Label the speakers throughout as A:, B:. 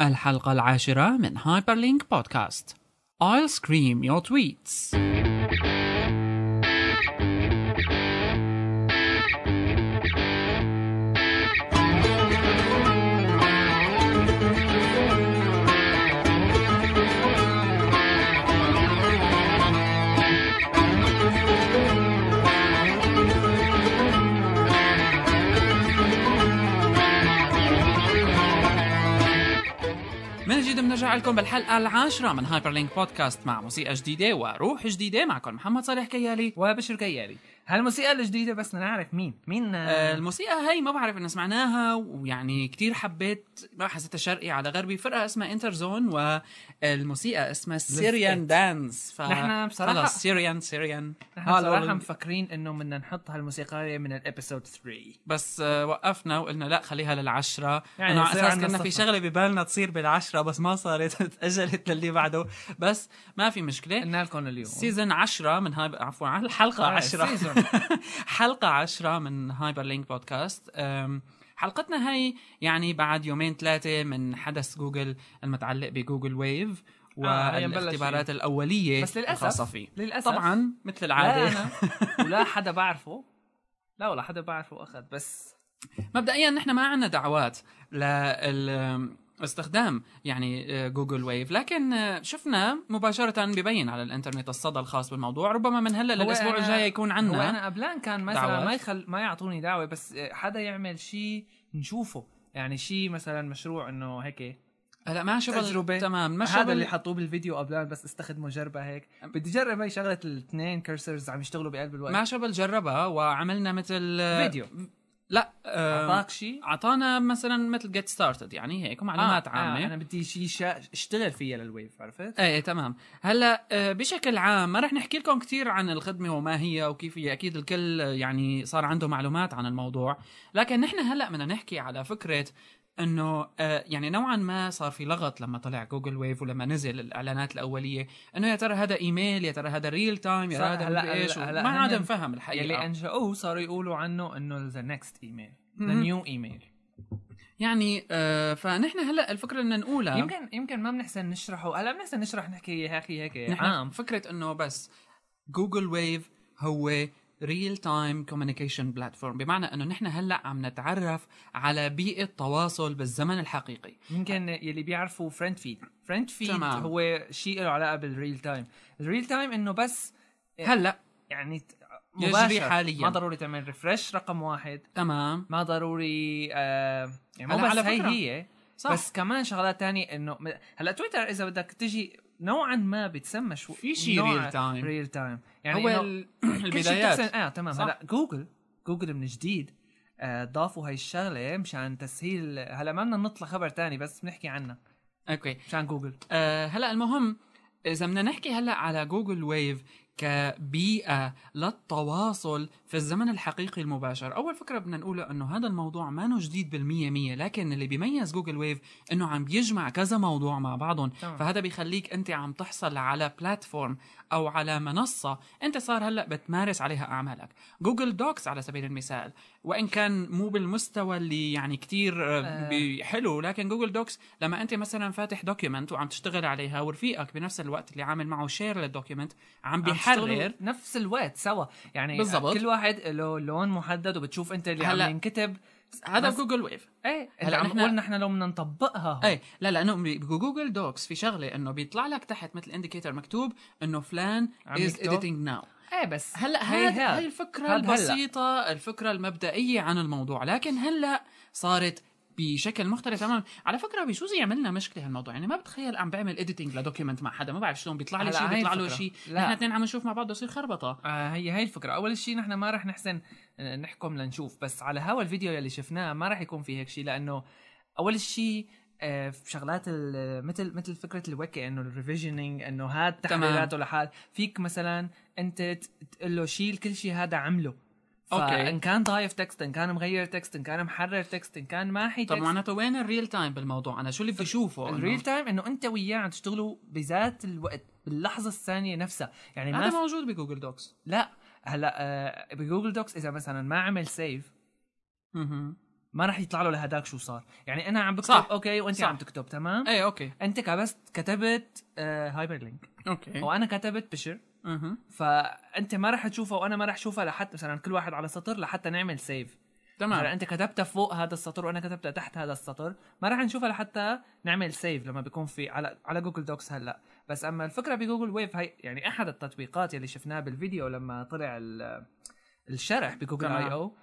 A: الحلقة العاشرة من هايبرلينك بودكاست I'll scream your tweets من جديد بنرجع لكم بالحلقة العاشرة من هايبرلينك بودكاست مع موسيقى جديدة وروح جديدة معكم محمد صالح كيالي
B: وبشر كيالي هالموسيقى الجديدة بس بدنا نعرف مين مين
A: آه، الموسيقى هاي ما بعرف ان سمعناها ويعني كتير حبيت ما حسيتها شرقي على غربي فرقه اسمها انتر زون والموسيقى اسمها سيريان دانس ف...
B: نحن بصراحة-
A: خلص سيريان سيريان
B: نحن صراحة مفكرين انه بدنا نحط هالموسيقى من الابيسود 3
A: بس آه، وقفنا وقلنا لا خليها للعشرة
B: يعني
A: يعني انه على
B: يصير
A: اساس
B: عنا
A: كنا في
B: الصفحة.
A: شغلة ببالنا تصير بالعشرة بس ما صارت تأجلت للي بعده بس ما في مشكلة
B: قلنا لكم اليوم
A: سيزون 10 من هاي عفوا على الحلقة
B: آه،
A: 10
B: سيزون.
A: حلقة 10 من هايبر لينك بودكاست أم، حلقتنا هاي يعني بعد يومين ثلاثة من حدث جوجل المتعلق بجوجل ويف
B: آه، هي مبلش
A: والاختبارات الأولية
B: بس للأسف-
A: الخاصة فيه
B: للأسف
A: طبعا مثل
B: لا
A: العادة
B: انا ولا حدا بعرفه لا ولا حدا بعرفه اخذ بس
A: مبدئيا نحن ما عندنا دعوات لل استخدام يعني آه، جوجل ويف لكن آه، شفنا مباشرة ببين على الانترنت الصدى الخاص بالموضوع ربما من هلا
B: هو
A: للاسبوع
B: أنا-
A: الجاي يكون
B: هو
A: عندنا
B: انا قبلان كان مثلا
A: دعوات.
B: ما يخل ما يعطوني دعوة بس آه، حدا يعمل شيء نشوفه يعني شيء مثلا مشروع انه هيك
A: هلا ما شغل
B: تجربة.
A: تمام ما شغل
B: هذا اللي حطوه بالفيديو قبلان بس استخدمه جربه هيك بدي جرب هاي شغله الاثنين كرسرز عم يشتغلوا بقلب الوقت آه،
A: ما شبل جربها وعملنا مثل
B: فيديو
A: لا آه،
B: اعطاك شيء
A: اعطانا مثلا مثل جيت ستارتد يعني هيك معلومات
B: آه،
A: عامه
B: آه انا بدي شيء شا... اشتغل فيها للويف عرفت؟
A: ايه تمام هلا آه، بشكل عام ما رح نحكي لكم كثير عن الخدمه وما هي وكيف هي اكيد الكل آه، يعني صار عنده معلومات عن الموضوع لكن نحن هلا بدنا نحكي على فكره انه آه، يعني نوعا ما صار في لغط لما طلع جوجل ويف ولما نزل الاعلانات الاوليه انه يا ترى هذا ايميل يا ترى هذا ريل تايم يا
B: صح،
A: ترى هذا
B: هلأ-
A: مدري ايش
B: هلأ- هلأ
A: ما عاد
B: هن-
A: نفهم الحقيقه
B: يلي انشأوه صاروا يقولوا عنه انه ذا نكست ايميل ذا
A: مهم.
B: نيو ايميل
A: يعني آه فنحن هلا الفكره بدنا نقولها
B: يمكن يمكن ما بنحسن نشرحه هلا بنحسن نشرح نحكي يا اخي هيك
A: نحن
B: عام
A: فكره انه آه، بس جوجل ويف هو ريل تايم كوميونيكيشن بلاتفورم بمعنى انه نحن هلا عم نتعرف على بيئه تواصل بالزمن الحقيقي
B: يمكن يلي بيعرفوا فريند فيد فريند فيد
A: تمام.
B: هو شيء له علاقه بالريل تايم الريل تايم انه بس
A: هلا
B: يعني ت-
A: يجري
B: مباشر
A: حالياً.
B: ما ضروري تعمل ريفرش رقم واحد
A: تمام
B: ما ضروري آه يعني مو
A: هلا
B: بس
A: على
B: هي
A: فكرة.
B: هي
A: صح
B: بس كمان شغلات تانية انه م- هلا تويتر اذا بدك تجي نوعا ما بتسمى شو
A: في شي real time.
B: ريل تايم يعني
A: يعني هو
B: هو
A: ال-
B: البدايات
A: البدايات
B: اه تمام
A: صح.
B: هلا جوجل جوجل من جديد آه، ضافوا هاي الشغله مشان تسهيل هلا ما بدنا نطلع خبر تاني بس بنحكي عنها
A: اوكي
B: مشان جوجل
A: آه هلا المهم اذا بدنا نحكي هلا على جوجل ويف كبيئه للتواصل في الزمن الحقيقي المباشر اول فكره بدنا نقولها انه هذا الموضوع ما نو جديد بالمية مية لكن اللي بيميز جوجل ويف انه عم بيجمع كذا موضوع مع بعضهم
B: تمام.
A: فهذا بيخليك انت عم تحصل على بلاتفورم او على منصه انت صار هلا بتمارس عليها اعمالك جوجل دوكس على سبيل المثال وان كان مو بالمستوى اللي يعني كتير آه،
B: آه.
A: بي- حلو لكن جوجل دوكس لما انت مثلا فاتح دوكيومنت وعم تشتغل عليها ورفيقك بنفس الوقت اللي عامل معه شير للدوكيومنت عم
B: عم
A: بيحرر
B: تشتغلوا نفس الوقت سوا يعني
A: بالضبط.
B: كل واحد له لون محدد وبتشوف انت اللي
A: هلا.
B: عم ينكتب
A: هذا
B: بس-
A: جوجل ويف
B: ايه
A: هلا
B: هلا عم
A: نحن- إيه.
B: نقول نحن لو بدنا نطبقها هون.
A: اي لا لانه ب- بجوجل دوكس في شغله انه بيطلع لك تحت مثل انديكيتر مكتوب انه فلان
B: عم
A: از
B: يكتب.
A: اديتنج ناو
B: ايه بس
A: هلا
B: هي
A: هاي
B: هاد.
A: هاي الفكره
B: هاد هلا.
A: البسيطه الفكره المبدئيه عن الموضوع لكن هلا صارت بشكل مختلف تماما على فكره بيجوز يعمل لنا مشكله هالموضوع يعني ما بتخيل عم بعمل اديتنج لدوكيمنت مع حدا ما بعرف شلون بيطلع لي
B: هلا
A: شيء
B: هاي
A: بيطلع له
B: الفكرة.
A: شيء
B: لا.
A: نحن اثنين عم نشوف مع بعض بصير خربطه
B: آه هي هي الفكره اول شيء نحن ما رح نحسن آه، نحكم لنشوف بس على هوا الفيديو يلي شفناه ما رح يكون في هيك شيء لانه اول شيء آه، في شغلات ال- مثل مثل فكره الوكي انه الريفيجنينج انه هاد
A: تمام.
B: تحريراته لحال فيك مثلا انت ت- تقول له شيل كل شيء هذا عمله
A: أوكي.
B: ان كان ضايف تكست ان كان مغير تكست ان كان محرر تكست ان كان ماحي
A: طب
B: تكست
A: معناته وين الريل تايم بالموضوع انا شو اللي بدي اشوفه إنه-
B: الريل تايم انه انت وياه عم تشتغلوا بذات الوقت باللحظه الثانيه نفسها يعني ما
A: هذا
B: في-
A: موجود بجوجل دوكس
B: لا هلا آه، بجوجل دوكس اذا مثلا ما عمل سيف ما راح يطلع له لهداك شو صار يعني انا عم بكتب
A: صح.
B: اوكي وانت
A: صح.
B: عم تكتب تمام
A: ايه اوكي
B: انت كبست كتبت هايبر لينك
A: اوكي
B: وانا كتبت بشر
A: اها
B: فانت ما راح تشوفها وانا ما راح اشوفها لحتى مثلا كل واحد على سطر لحتى نعمل سيف مثلا
A: تمام
B: انت كتبتها فوق هذا السطر وانا كتبتها تحت هذا السطر ما راح نشوفها لحتى نعمل سيف لما بيكون في على على جوجل دوكس هلا بس اما الفكره بجوجل ويف هي يعني احد التطبيقات اللي شفناه بالفيديو لما طلع ال- الشرح بجوجل
A: تمام.
B: اي او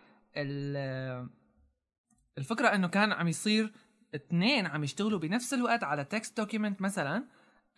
B: الفكره انه كان عم يصير اثنين عم يشتغلوا بنفس الوقت على تكست دوكيمنت مثلا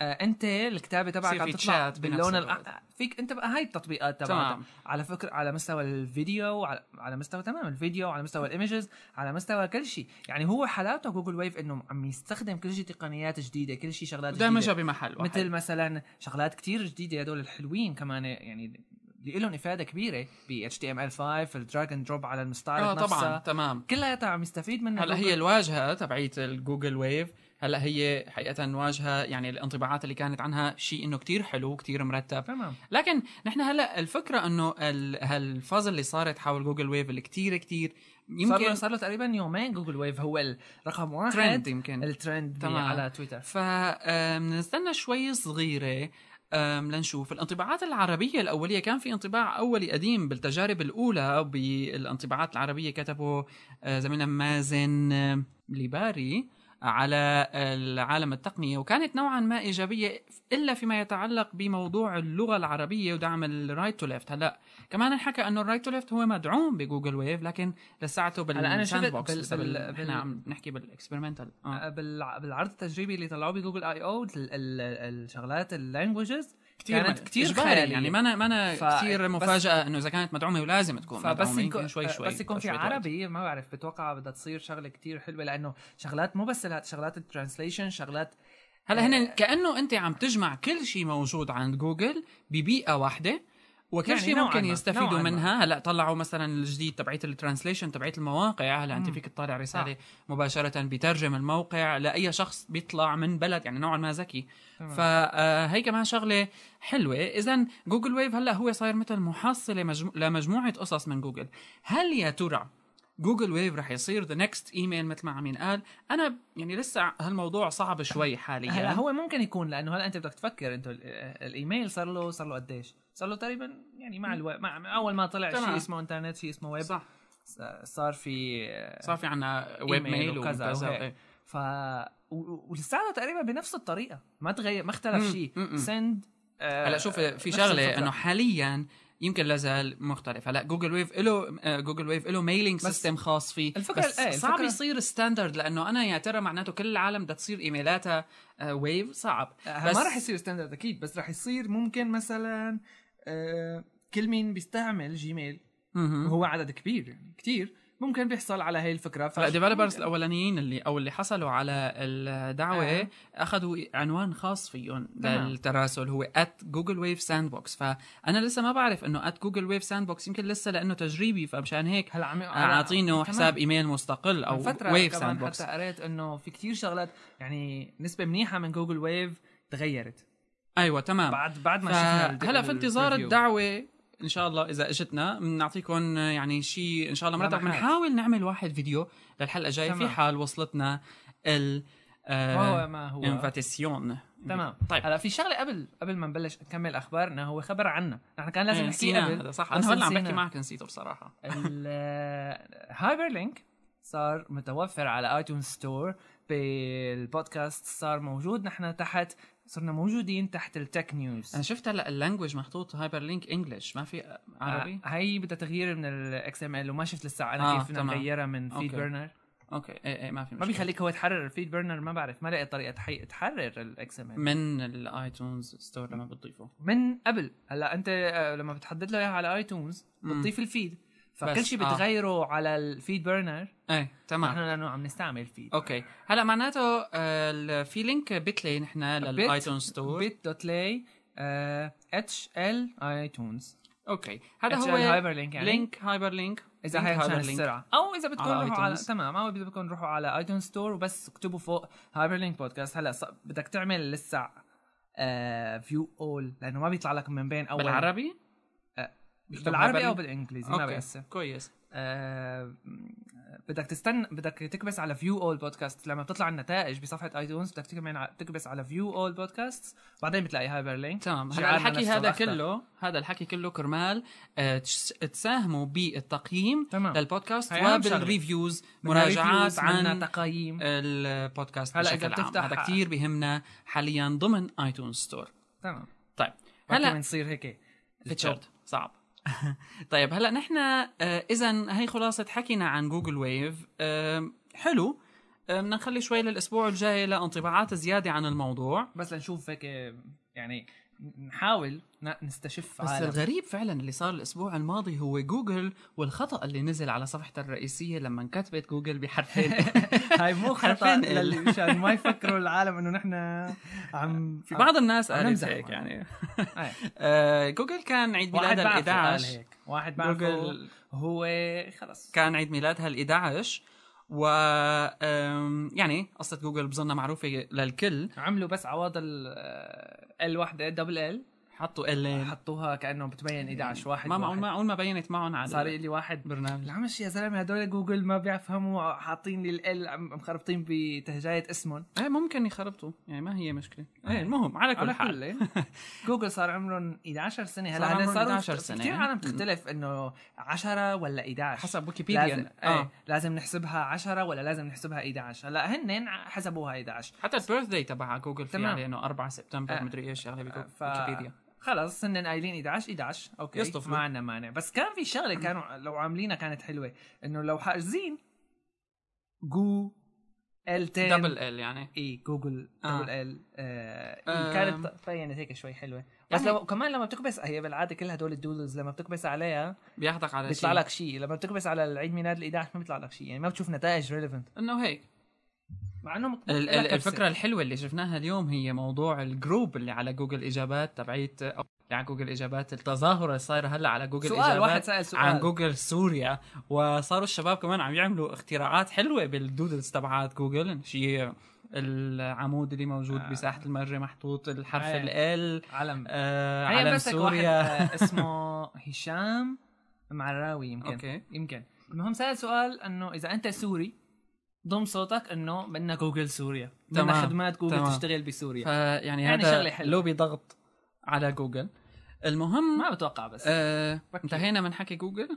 B: آه، انت الكتابه تبعك
A: يصير
B: عم
A: في
B: تطلع
A: chat بنفس
B: باللون
A: الوقت.
B: الأح- فيك انت بقى هاي التطبيقات تبعتك
A: تمام
B: على فكرة على مستوى الفيديو على, على مستوى تمام الفيديو على مستوى الايمجز على مستوى كل شيء يعني هو حلاوته جوجل ويف انه عم يستخدم كل شيء تقنيات جديده كل شيء شغلات
A: دمجها
B: جديده
A: بمحل واحد
B: مثل مثلا شغلات كتير جديده هدول الحلوين كمان يعني اللي لهم افاده كبيره ب HTML5 الدراج اند دروب على
A: اه
B: المستعرض
A: طبعا
B: نفسها
A: تمام
B: كلها عم يستفيد منها
A: هلا
B: جوجل.
A: هي الواجهه تبعيت الجوجل ويف هلا هي حقيقه واجهه يعني الانطباعات اللي كانت عنها شيء انه كتير حلو كتير مرتب
B: تمام
A: لكن نحن هلا الفكره انه ال- هالفازل اللي صارت حول جوجل ويف اللي كتير كتير
B: صار له
A: يمكن
B: صار له تقريبا يومين جوجل ويف هو الرقم واحد
A: ترند يمكن
B: الترند ب-
A: تمام.
B: على تويتر
A: فبنستنى شوي صغيره آم، لنشوف الانطباعات العربية الأولية كان في انطباع أولي قديم بالتجارب الأولى بالانطباعات العربية كتبه آه، زميلنا مازن آه، ليباري على آه، العالم التقنية وكانت نوعا ما إيجابية إلا فيما يتعلق بموضوع اللغة العربية ودعم الرايت تو ليفت هلا كمان انحكى أنه الرايت تو ليفت هو مدعوم بجوجل ويف لكن لساعته بال
B: هلا أنا شفت
A: sandbox،
B: بال-
A: لسه
B: بال-
A: بال...
B: بال-
A: نحن عم نحكي بالاكسبيرمنتال آه.
B: بالع- بالعرض التجريبي اللي طلعوه بجوجل اي او الشغلات اللانجوجز
A: كتير
B: كانت
A: م-
B: كتير
A: إجباري
B: خيالية.
A: يعني ما انا ما انا
B: ف-
A: كثير
B: بس-
A: مفاجاه انه اذا كانت مدعومه ولازم تكون
B: فبس
A: مدعومه
B: يكون
A: يمكن شوي شوي
B: بس يكون في
A: شوي وقت.
B: عربي ما بعرف بتوقع بدها تصير شغله كتير حلوه لانه شغلات مو بس الهات- شغلات الترانسليشن شغلات
A: هلا هن
B: آه.
A: كانه انت عم تجمع كل شيء موجود عند جوجل ببيئه واحده وكل
B: يعني
A: شيء
B: نوعاً
A: ممكن
B: ما،
A: يستفيدوا
B: نوعاً ما.
A: منها هلا طلعوا مثلا الجديد تبعيه الترانسليشن تبعيه المواقع هلا انت
B: مم. آه.
A: فيك تطلع رساله مباشره بترجم الموقع لاي شخص بيطلع من بلد يعني نوعا ما ذكي فهي آه، كمان شغله حلوه اذا جوجل ويف هلا هو صاير مثل محصله مجمو... لمجموعه قصص من جوجل هل يا ترى جوجل ويف رح يصير ذا نكست ايميل مثل ما عم قال انا يعني لسه هالموضوع صعب شوي حاليا
B: هلا هو ممكن يكون لانه هلا انت بدك تفكر انت ال- الايميل صار له صار له قديش؟ صار له تقريبا يعني مع الوقت مع مع اول ما طلع
A: تمام.
B: شيء اسمه انترنت شيء اسمه ويب
A: صح
B: صار في آه،
A: صار في عنا ويب
B: إيميل
A: ميل
B: وكذا
A: وكذا
B: وهيك.
A: إيه.
B: ف و- ولساته تقريبا بنفس الطريقه ما تغير ما اختلف
A: مم،
B: شيء آه،
A: مم، مم.
B: سند
A: هلا شوف في شغله انه حاليا يمكن لازال مختلف هلا جوجل ويف له جوجل ويف له ميلينج
B: بس
A: سيستم خاص فيه
B: الفكرة-
A: بس
B: إيه،
A: صعب
B: الفكرة-
A: يصير ستاندرد لانه انا يا ترى معناته كل العالم بدها تصير ايميلاتها ويف صعب
B: بس
A: بس-
B: آه، ما راح يصير ستاندرد اكيد بس راح يصير ممكن مثلا آه، كل مين بيستعمل جيميل
A: مهم.
B: وهو عدد كبير يعني كثير ممكن بيحصل على هي الفكره ف-
A: فالديفلوبرز الاولانيين اللي او اللي حصلوا على الدعوه
B: آه.
A: آه. اخذوا عنوان خاص فيهم
B: تمام.
A: للتراسل هو at جوجل ويف ساند بوكس فانا لسه ما بعرف انه at جوجل ويف ساند بوكس يمكن لسه لانه تجريبي فمشان هيك
B: هلا عم
A: اعطينه
B: تمام.
A: حساب ايميل مستقل
B: آه، من
A: او
B: فترة
A: ويف
B: كمان
A: ساند بوكس
B: حتى قريت انه في كثير شغلات يعني نسبه منيحه من جوجل ويف تغيرت
A: ايوه تمام
B: بعد بعد ما
A: ف-
B: شفنا ال-
A: هلا في انتظار
B: الريفيو.
A: الدعوه ان شاء الله اذا اجتنا بنعطيكم يعني شيء ان شاء الله مرتب
B: لمحات.
A: بنحاول نعمل واحد فيديو للحلقه الجايه في
B: تمام.
A: حال وصلتنا ال
B: وهو ما هو
A: آه، انفاتيسيون
B: تمام
A: طيب.
B: طيب هلا في شغله قبل قبل ما نبلش نكمل اخبارنا هو خبر عنا نحن كان لازم نحكي قبل
A: هذا إيه، صح
B: بس
A: انا هلا عم بحكي
B: نسينا.
A: معك نسيته بصراحه
B: الهايبر لينك صار متوفر على ايتون ستور بالبودكاست صار موجود نحن تحت صرنا موجودين تحت التك
A: انا
B: نيوز
A: شفت هلا اللانجوج محطوط هايبر لينك انجلش ما في عربي
B: آه، هي بدها تغيير من الاكس ام ال وما شفت لسه انا
A: آه،
B: كيف بدنا
A: تمام.
B: نغيرها من
A: أوكي.
B: فيد برنر
A: اوكي ايه ايه ما في
B: آه. ما
A: مشكله
B: بيخليك هو تحرر الفيد برنر ما بعرف ما لقيت طريقه تحي... تحرر الاكس ام ال
A: من الايتونز ستور لما بتضيفه
B: من قبل هلا انت آه، لما بتحدد له اياها على ايتونز
A: مم.
B: بتضيف الفيد
A: بس،
B: فكل شيء
A: آه.
B: بتغيره على الفيد برنر
A: ايه تمام
B: نحن لانه عم نستعمل فيد
A: اوكي هلا معناته آه، ال- في لينك بيتلي نحن
B: آه،
A: للايتون ستور
B: بيت دوت لاي آه، اتش ال ايتونز
A: اوكي هذا
B: هذا
A: هو
B: هو هايبر لينك يعني
A: لينك هايبر لينك
B: اذا
A: link
B: هاي
A: hyperlink.
B: عشان السرعه او اذا بدكم
A: على
B: روحوا على
A: iTunes.
B: تمام او اذا بدكم روحوا على ايتون ستور وبس اكتبوا فوق هايبر لينك بودكاست هلا ص- بدك تعمل لسه آه، فيو اول لانه ما بيطلع لك من بين اول
A: بالعربي
B: بالعربي او بالانجليزي ما
A: اوكي
B: بيأثر
A: كويس
B: آه، بدك تستنى بدك تكبس على فيو اول بودكاست لما بتطلع النتائج بصفحه ايتونز بدك تكمل ع- تكبس على فيو اول بودكاست بعدين بتلاقي هايبر لينك
A: تمام هلا
B: شعارنا
A: الحكي
B: نفسه
A: هذا
B: الأخضر.
A: كله هذا الحكي كله كرمال آه، تش- تساهموا بالتقييم
B: تمام.
A: للبودكاست
B: هي أهم شغلة.
A: وبالريفيوز مراجعات
B: بدنا reviews، بدنا
A: عن
B: تقييم
A: البودكاست
B: هلا
A: هلا
B: إذا
A: بشكل عام
B: بتفتح-
A: هذا كثير بيهمنا حاليا ضمن ايتونز ستور
B: تمام
A: طيب
B: هلا
A: هلا
B: نصير هيك
A: تيشيرت صعب طيب هلا نحن آه، اذا هي خلاصه حكينا عن جوجل ويف آه، حلو آه، بدنا نخلي شوي للاسبوع الجاي لانطباعات زياده عن الموضوع
B: بس لنشوف هيك يعني نحاول ن- نستشف
A: بس
B: عالم
A: الغريب فعلا اللي صار الاسبوع الماضي هو جوجل والخطا اللي نزل على صفحتها الرئيسيه لما انكتبت جوجل بحرفين
B: هاي مو خطا
A: حرفياً ال-
B: لل- مشان ما يفكروا العالم انه نحن عم
A: في بعض الناس
B: عم
A: قالت
B: نمزح
A: هيك
B: معه.
A: يعني
B: آه.
A: آه، جوجل كان عيد
B: واحد
A: ميلادها ال
B: بعرفه قال
A: 11
B: هيك واحد بعرفه
A: جوجل
B: هو خلص
A: كان عيد ميلادها ال 11 و آم، يعني قصه جوجل بظنها معروفه للكل
B: عملوا بس عواض آه، ال وحده دبل ال
A: حطوا ال
B: حطوها كانه بتبين 11 واحد
A: ما
B: واحد.
A: معقول معقول ما بينت معهم على
B: صار لي واحد
A: البرنامج
B: العمش يا زلمه هدول جوجل ما بيفهموا حاطين لي ال مخربطين بتهجايه اسمهم
A: ايه ممكن يخربطوا يعني ما هي مشكله ايه المهم على كل
B: آه. على
A: حال
B: كل جوجل صار عمرهم 11 سنه
A: صار
B: هلا هلا
A: عمرهم
B: صاروا
A: 11
B: 11
A: سنة.
B: سنه كثير عالم بتختلف انه 10 ولا 11
A: حسب إيه.
B: لازم
A: ويكيبيديا
B: آه. لازم نحسبها 10 ولا لازم نحسبها 11 هلا هن ع- حسبوها 11
A: حتى البيرث داي تبع جوجل في
B: تمام.
A: عليه انه 4 سبتمبر
B: آه.
A: مدري ايش شغله بيكون
B: ف-
A: ويكيبيديا
B: خلص هن قايلين 11 11 اوكي
A: يصطفلوا.
B: ما عندنا مانع بس كان في شغله كانوا لو عاملينها كانت حلوه انه لو حاجزين جو ال 10
A: دبل ال يعني
B: اي جوجل
A: آه.
B: دبل ال آه،
A: آم.
B: إي، كانت طينت هيك شوي حلوه بس
A: يعني-
B: لو كمان لما بتكبس هي بالعاده كل هدول الدودلز لما بتكبس عليها
A: بياخذك على
B: بيطلع
A: شيء
B: لك شيء لما بتكبس على العيد ميلاد ال 11 ما بيطلع لك شيء يعني ما بتشوف نتائج ريليفنت
A: انه هيك
B: مع انه
A: ال- ال- الفكره الحلوه اللي شفناها اليوم هي موضوع الجروب اللي على جوجل اجابات تبعيت او اللي على جوجل اجابات التظاهره اللي صايره هلا على جوجل
B: سؤال
A: اجابات
B: واحد سال سؤال
A: عن جوجل سوريا وصاروا الشباب كمان عم يعملوا اختراعات حلوه بالدودلز تبعات جوجل شيء العمود اللي موجود
B: آه.
A: بساحه المرج محطوط الحرف
B: آه.
A: ال
B: عالم
A: آه
B: هي
A: علم
B: مسك واحد
A: سوريا
B: آه، اسمه هشام معراوي يمكن
A: أوكي.
B: يمكن المهم سأل سؤال انه اذا انت سوري ضم صوتك انه بدنا جوجل سوريا بدنا
A: تمام.
B: خدمات جوجل
A: تمام.
B: تشتغل بسوريا
A: فيعني
B: يعني شغلة
A: هذا
B: حلوة.
A: لوبي ضغط على جوجل المهم
B: ما بتوقع بس
A: آه
B: بكي.
A: انتهينا من حكي جوجل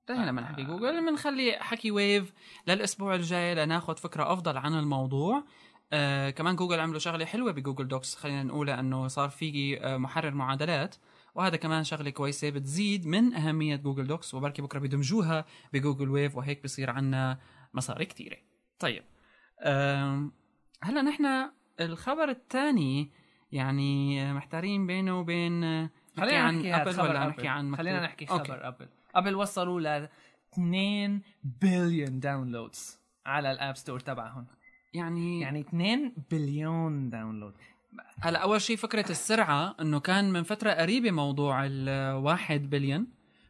A: انتهينا من
B: آه.
A: حكي جوجل بنخلي حكي ويف للاسبوع الجاي لناخذ فكره افضل عن الموضوع آه كمان جوجل عملوا شغله حلوه بجوجل دوكس خلينا نقولها انه صار في آه، محرر معادلات وهذا كمان شغله كويسه بتزيد من اهميه جوجل دوكس وبركي بكره بيدمجوها بجوجل ويف وهيك بصير عنا مصاري كثيره طيب آم، هلا نحن الخبر الثاني يعني آه، محتارين بينه وبين آه، نحكي
B: خلينا
A: عن
B: نحكي هاد
A: ابل
B: خبر
A: ولا نحكي عن
B: خلينا
A: مكتوب؟
B: نحكي
A: أوكي.
B: خبر ابل ابل وصلوا ل 2 بليون داونلودز على الاب ستور تبعهم
A: يعني يعني
B: يعني 2 بليون داونلود
A: هلا اول شيء فكره السرعه انه كان من فتره قريبه موضوع الواحد بليون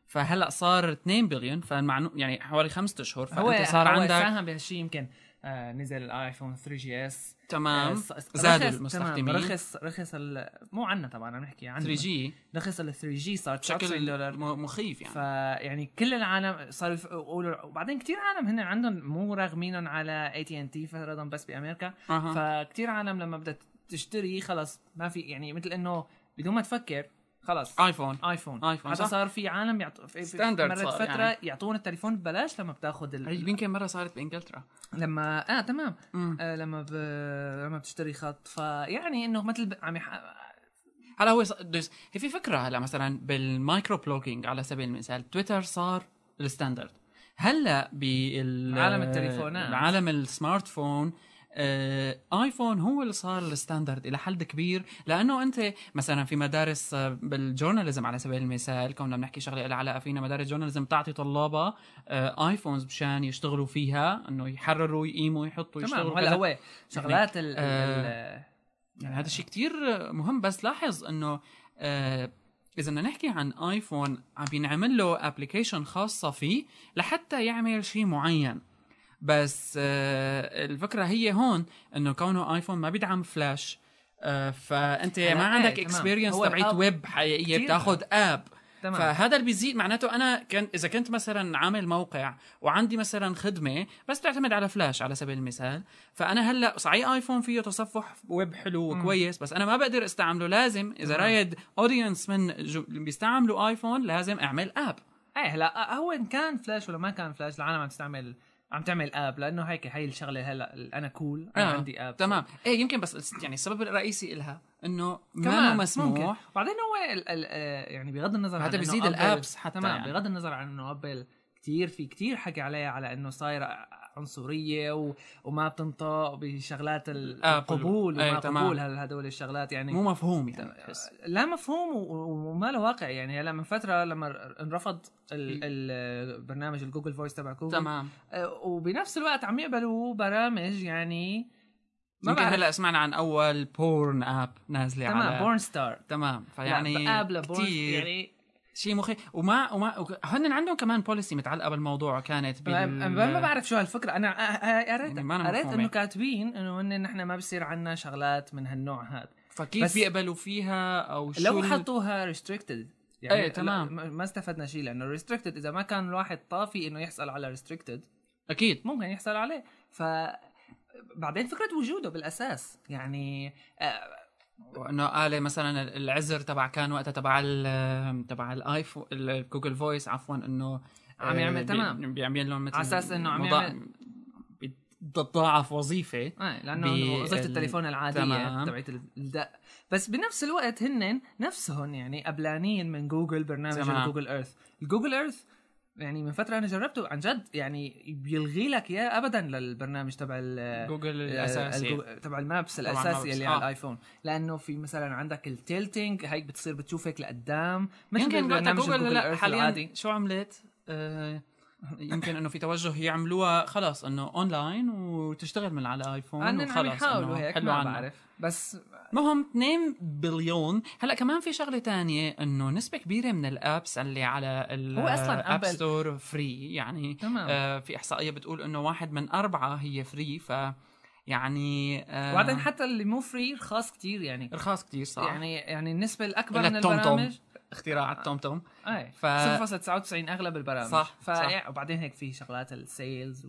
A: فهلا صار 2 بليون فمعنو يعني حوالي خمسة اشهر
B: هو
A: فانت صار عندك
B: ساهم بهالشيء يمكن آه نزل الايفون 3 جي اس
A: تمام زاد المستخدمين.
B: رخص رخص ال- مو عنا طبعا عم نحكي عن
A: 3 جي
B: رخص ال 3 جي صار 99
A: بشكل
B: دولار
A: م- مخيف يعني
B: فيعني كل العالم صاروا يف- يقولوا وبعدين كثير عالم هن عندهم مو راغمينهم على اي تي ان تي فرضا بس بامريكا
A: أها.
B: فكتير عالم لما بدها تشتري خلص ما في يعني مثل انه بدون ما تفكر خلص
A: ايفون
B: ايفون
A: آه. آيفون،
B: هذا
A: صح.
B: صار في عالم يعطوا في في-
A: Standard
B: مرت
A: صار
B: فتره
A: يعني. أيوه.
B: يعطون التليفون ببلاش لما بتاخذ ال...
A: هي يمكن مره صارت بانجلترا
B: لما اه تمام
A: مم.
B: آه لما ب... لما بتشتري خط فيعني انه مثل ب... عم يح...
A: هلا هو ص- دوس- هي في فكره هلا مثلا بالمايكرو بلوجينج على سبيل المثال تويتر صار الستاندرد هلا بال
B: عالم التليفونات.
A: عالم السمارت فون آه، ايفون هو اللي صار الستاندرد الى حد كبير لانه انت مثلا في مدارس آه، بالجورناليزم على سبيل المثال كنا بنحكي شغله لها علاقه فينا مدارس جورناليزم بتعطي طلابها آه، ايفونز مشان يشتغلوا فيها انه يحرروا يقيموا يحطوا
B: تمام
A: يشتغلوا
B: هلا
A: كذا.
B: هو شغلات ال...
A: آه،
B: ال...
A: يعني هذا الشيء كتير مهم بس لاحظ انه آه اذا بدنا نحكي عن ايفون عم بينعمل له ابلكيشن خاصه فيه لحتى يعمل شيء معين بس آه الفكره هي هون انه كونه ايفون ما بيدعم فلاش آه فانت
B: هلا
A: ما
B: إيه،
A: عندك
B: تمام.
A: اكسبيرينس
B: هو
A: تبعت
B: الأب
A: ويب حقيقيه
B: كتير
A: بتاخذ اب
B: تمام.
A: فهذا اللي بيزيد معناته انا كان اذا كنت مثلا عامل موقع وعندي مثلا خدمه بس تعتمد على فلاش على سبيل المثال فانا هلا صحيح ايفون فيه تصفح ويب حلو
B: مم.
A: وكويس بس انا ما بقدر استعمله لازم اذا
B: تمام.
A: رايد اودينس من جو- اللي بيستعملوا ايفون لازم اعمل اب
B: ايه هلا هو ان كان فلاش ولا ما كان فلاش العالم عم تستعمل عم تعمل اب لانه هيك هي الشغله هلا ال- انا كول انا
A: آه،
B: عندي اب
A: تمام ايه يمكن بس الس- يعني السبب الرئيسي لها انه ما
B: كمان
A: هو مسموح
B: ممكن. بعدين هو ال ال آه، يعني بغض النظر
A: هذا
B: عن إنه
A: بيزيد
B: أبل-
A: الابس حتى
B: تمام
A: يعني.
B: بغض النظر عن انه ابل كتير في كتير حكي عليها على انه صايره عنصريه و... وما بتنطق بشغلات ال-
A: آه،
B: القبول
A: أي،
B: وما
A: تمام.
B: قبول هل- هدول الشغلات يعني
A: مو مفهوم يعني بحس.
B: لا مفهوم و- و- وما له واقع يعني هلا من فتره لما ر- انرفض ال- ال- برنامج الجوجل فويس تبع جوجل
A: تمام
B: آه، وبنفس الوقت عم يقبلوا برامج يعني
A: ما
B: ما
A: يمكن
B: بعرف.
A: هلا سمعنا عن اول بورن اب نازله يعني على
B: تمام بورن ستار
A: تمام فيعني
B: لا، قابله بورن
A: كتير
B: يعني
A: شيء مخي وما وما وك- هن عندهم كمان بوليسي متعلقه بالموضوع كانت بال
B: ما ما بعرف شو هالفكره انا أ- أ- قريت
A: يعني ما أنا
B: قريت
A: مفهومة.
B: انه كاتبين انه هن نحن ما بصير عنا شغلات من هالنوع هذا
A: فكيف
B: بس-
A: بيقبلوا فيها او شو
B: لو
A: ال-
B: حطوها ريستريكتد
A: إيه، تمام.
B: ما استفدنا شيء لانه ريستريكتد اذا ما كان الواحد طافي انه يحصل على ريستريكتد
A: اكيد
B: ممكن يحصل عليه ف بعدين فكره وجوده بالاساس يعني آه،
A: انه آلة مثلا العذر تبع كان وقتها تبع ال تبع الايفون الجوجل فويس عفوا انه
B: عم يعمل-
A: آه، بي-
B: تمام.
A: بيعمل لهم مثل
B: على أساس إنه عم
A: مضاع-
B: يعمل-
A: بتتضاعف وظيفه
B: آه،
A: بال-
B: لانه وظيفه التليفون العاديه
A: تمام.
B: تبعت الدق بس بنفس الوقت هن نفسهم يعني قبلانين من جوجل برنامج
A: تمام.
B: جوجل ايرث الجوجل ايرث يعني من فتره انا جربته عن جد يعني بيلغي لك اياه ابدا للبرنامج تبع ال
A: جوجل
B: آه،
A: الاساسي
B: الجو- تبع المابس
A: تبع
B: الاساسي
A: المابس،
B: اللي
A: آه.
B: على الايفون لانه في مثلا عندك التيلتينج هيك بتصير بتشوف هيك لقدام
A: يمكن وقتها
B: برنامج
A: جوجل
B: الجوجل
A: لا
B: Earth
A: حاليا
B: العادي.
A: شو عملت؟ آه، يمكن انه في توجه يعملوها خلاص انه اونلاين وتشتغل من على ايفون
B: هن عم
A: وخلاص
B: يحاولوا
A: إنه
B: هيك
A: حلوا
B: ما
A: عنا.
B: بعرف بس
A: المهم 2 بليون هلا كمان في شغله تانية انه نسبه كبيره من الابس اللي على ال
B: هو أصلاً
A: اب
B: أبل-
A: ستور فري يعني
B: تمام
A: آه في احصائيه بتقول انه واحد من اربعه هي فري ف يعني آه
B: وبعدين حتى اللي مو فري رخاص كتير يعني
A: رخاص كتير صح
B: يعني يعني النسبه الاكبر
A: إلا
B: من
A: التوم توم.
B: البرامج
A: اختراع التومتوم
B: اي
A: ف-
B: ف 0.99 اغلب البرامج
A: صح،
B: ف... إيه،
A: صح.
B: وبعدين هيك في شغلات السيلز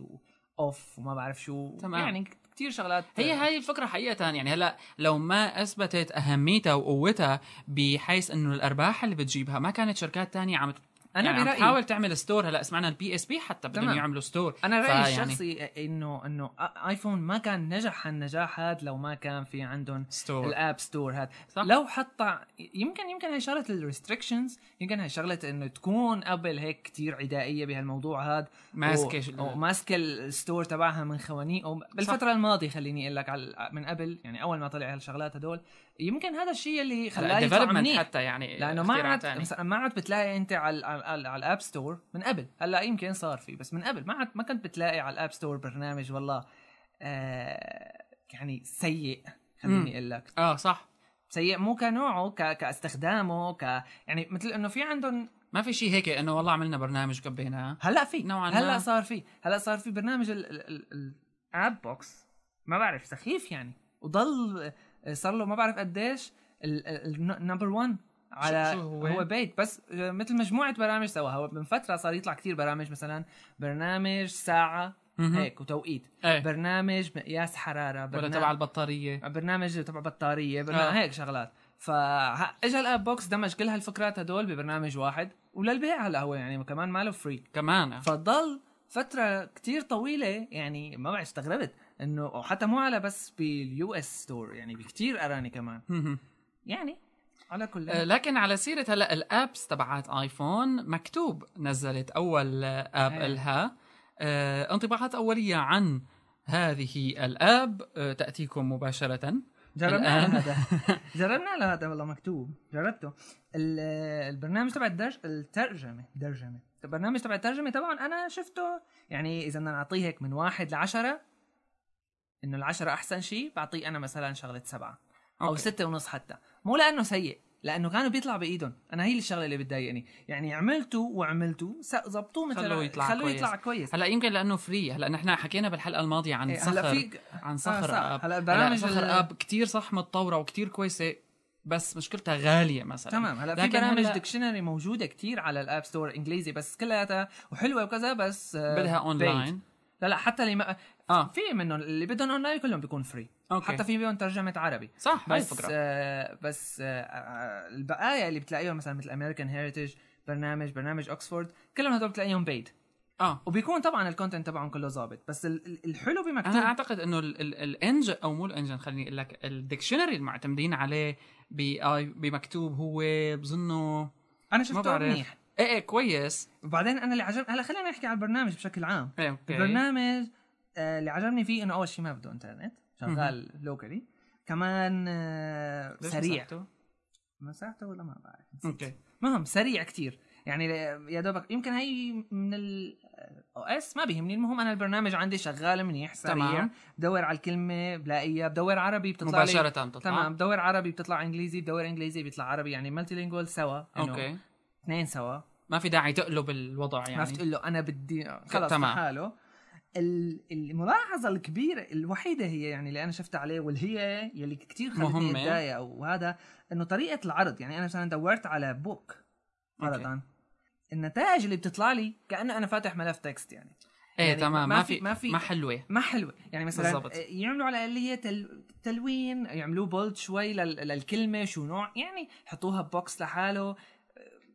B: واوف وما بعرف شو
A: تمام.
B: تمام. يعني كتير شغلات
A: هي هاي الفكرة حقيقة يعني هلا لو ما اثبتت اهميتها وقوتها بحيث انه الارباح اللي بتجيبها ما كانت شركات تانية عم ت-
B: انا
A: يعني
B: يعني
A: عم
B: برايي
A: تحاول تعمل ستور هلا سمعنا البي اس بي حتى بدهم
B: تمام.
A: يعملوا ستور
B: انا رايي
A: فيعني-
B: الشخصي انه انه ايفون ما كان نجح هالنجاح هذا لو ما كان في عندهم
A: ستور
B: الاب ستور هذا
A: صح.
B: لو حتى يمكن يمكن هي شغله الريستريكشنز يمكن هي شغله انه تكون ابل هيك كتير عدائيه بهالموضوع هذا
A: ماسكة
B: و-
A: شل-
B: وماسكه الستور تبعها من خوانيقه بالفتره الماضيه خليني اقول لك على من قبل يعني اول ما طلع هالشغلات هدول يمكن هذا الشيء اللي خلاه يطلع
A: الديفلوبمنت
B: منيح
A: حتى يعني
B: لانه ما
A: اختراع
B: عاد
A: تاني.
B: مثلا ما عاد بتلاقي انت على على, على الاب ستور من قبل هلا يمكن صار في بس من قبل ما عاد ما كنت بتلاقي على الاب ستور برنامج والله آه يعني سيء
A: مم.
B: خليني اقول لك
A: اه صح
B: سيء مو كنوعه ك... كاستخدامه ك يعني مثل انه في عندهم
A: ما في شيء هيك انه والله عملنا برنامج كبيناه
B: هلا في
A: نوعاً ما.
B: هلا صار في هلا صار في برنامج ال... ال... ال... الاب بوكس ما بعرف سخيف يعني وضل صار له ما بعرف قديش النمبر 1 على
A: شو هو؟
B: هو, هو بيت بس مثل مجموعه برامج سوا هو من فتره صار يطلع كتير برامج مثلا برنامج ساعه
A: مهم.
B: هيك وتوقيت
A: ايه
B: برنامج مقياس حراره
A: ولا
B: برنامج
A: تبع البطارية
B: برنامج تبع بطاريه
A: آه.
B: برنامج هيك شغلات فاجى الاب بوكس دمج كل هالفكرات هدول ببرنامج واحد وللبيع هلا هو يعني كمان ماله فري
A: كمان
B: فضل فتره كتير طويله يعني ما بعرف استغربت انه وحتى مو على بس باليو اس ستور يعني بكتير اراني كمان
A: مهم.
B: يعني على كل
A: آه، لكن على سيرة هلا الابس تبعات ايفون مكتوب نزلت اول آه، اب
B: إيه.
A: لها آه، انطباعات اولية عن هذه الاب آه، تأتيكم مباشرة
B: جربنا
A: الآن.
B: هذا جربنا هذا والله مكتوب جربته ال- البرنامج تبع الدرج الترجمه ترجمه البرنامج تبع الترجمه طبعا انا شفته يعني اذا بدنا نعطيه هيك من واحد لعشرة انه العشرة احسن شيء بعطيه انا مثلا شغله سبعة او
A: أوكي.
B: ستة ونص حتى مو لانه سيء لانه كانوا بيطلع بايدهم انا هي الشغله اللي بتضايقني يعني عملته وعملته ظبطوه مثلا
A: خلوه يطلع
B: خلوه
A: كويس.
B: يطلع كويس
A: هلا يمكن لانه فري هلا نحن حكينا بالحلقة الماضية عن
B: إيه،
A: صخر
B: هلا في
A: عن صخر
B: صح.
A: اب
B: هلا البرامج
A: صخر
B: ال-
A: اب كتير صح متطورة وكتير كويسة بس مشكلتها غاليه مثلا
B: تمام هلا في
A: لكن
B: برامج
A: هلا-
B: ديكشنري موجوده كتير على الاب ستور انجليزي بس كلياتها وحلوه وكذا بس آه،
A: بدها اونلاين
B: لا لا حتى اللي ما
A: اه
B: في منهم اللي بدهم اونلاين كلهم بيكون فري
A: اوكي
B: حتى في بيهم ترجمه عربي
A: صح هاي
B: بس
A: الفكره
B: آه بس آه آه، البقايا اللي بتلاقيهم مثلا مثل امريكان هيريتج برنامج برنامج اوكسفورد كلهم هدول بتلاقيهم بيد
A: اه
B: وبيكون طبعا الكونتنت تبعهم كله ظابط بس ال- ال- الحلو بما
A: انا
B: كتير
A: اعتقد انه ال- ال- الانجن او مو الانجن خليني اقول لك الديكشنري المعتمدين عليه بآي بمكتوب هو بظنه
B: انا
A: ما
B: شفته
A: بعرف
B: منيح
A: ايه ايه كويس
B: وبعدين انا اللي عجبني هلا خلينا نحكي عن البرنامج بشكل عام
A: ايه اوكي
B: البرنامج آه، اللي عجبني فيه انه اول شيء ما بده انترنت شغال لوكالي كمان آه،
A: ليش
B: سريع
A: مسحته؟
B: مساحته ولا ما بعرف نسيت.
A: اوكي
B: مهم سريع كتير يعني ل- يا دوبك يمكن هي من ال او اس ما بيهمني المهم انا البرنامج عندي شغال منيح سريع
A: تمام.
B: تمام. بدور على الكلمه بلاقيها بدور عربي بتطلع لي
A: مباشره تطلع
B: تمام بدور عربي بتطلع انجليزي بدور انجليزي بيطلع عربي يعني مالتي لينجول سوا إنه
A: اوكي
B: اثنين سوا
A: ما في داعي تقلب الوضع
B: يعني عرفت
A: يعني
B: تقول له انا بدي خلص
A: تمام.
B: تمام. حاله الملاحظة الكبيرة الوحيدة هي يعني اللي أنا شفتها عليه واللي هي يلي كتير
A: مهمة.
B: خلتني أتضايق أو هذا إنه طريقة العرض يعني أنا مثلا دورت على بوك فرضا النتائج اللي بتطلع لي كأنه أنا فاتح ملف تكست يعني
A: ايه
B: يعني
A: تمام ما في ما في
B: في-
A: ما حلوه
B: ما حلوة يعني مثلا
A: بالضبط.
B: بالزبط. يعملوا على الآلية تل... تلوين يعملوه بولد شوي لل... للكلمة شو نوع يعني حطوها ببوكس لحاله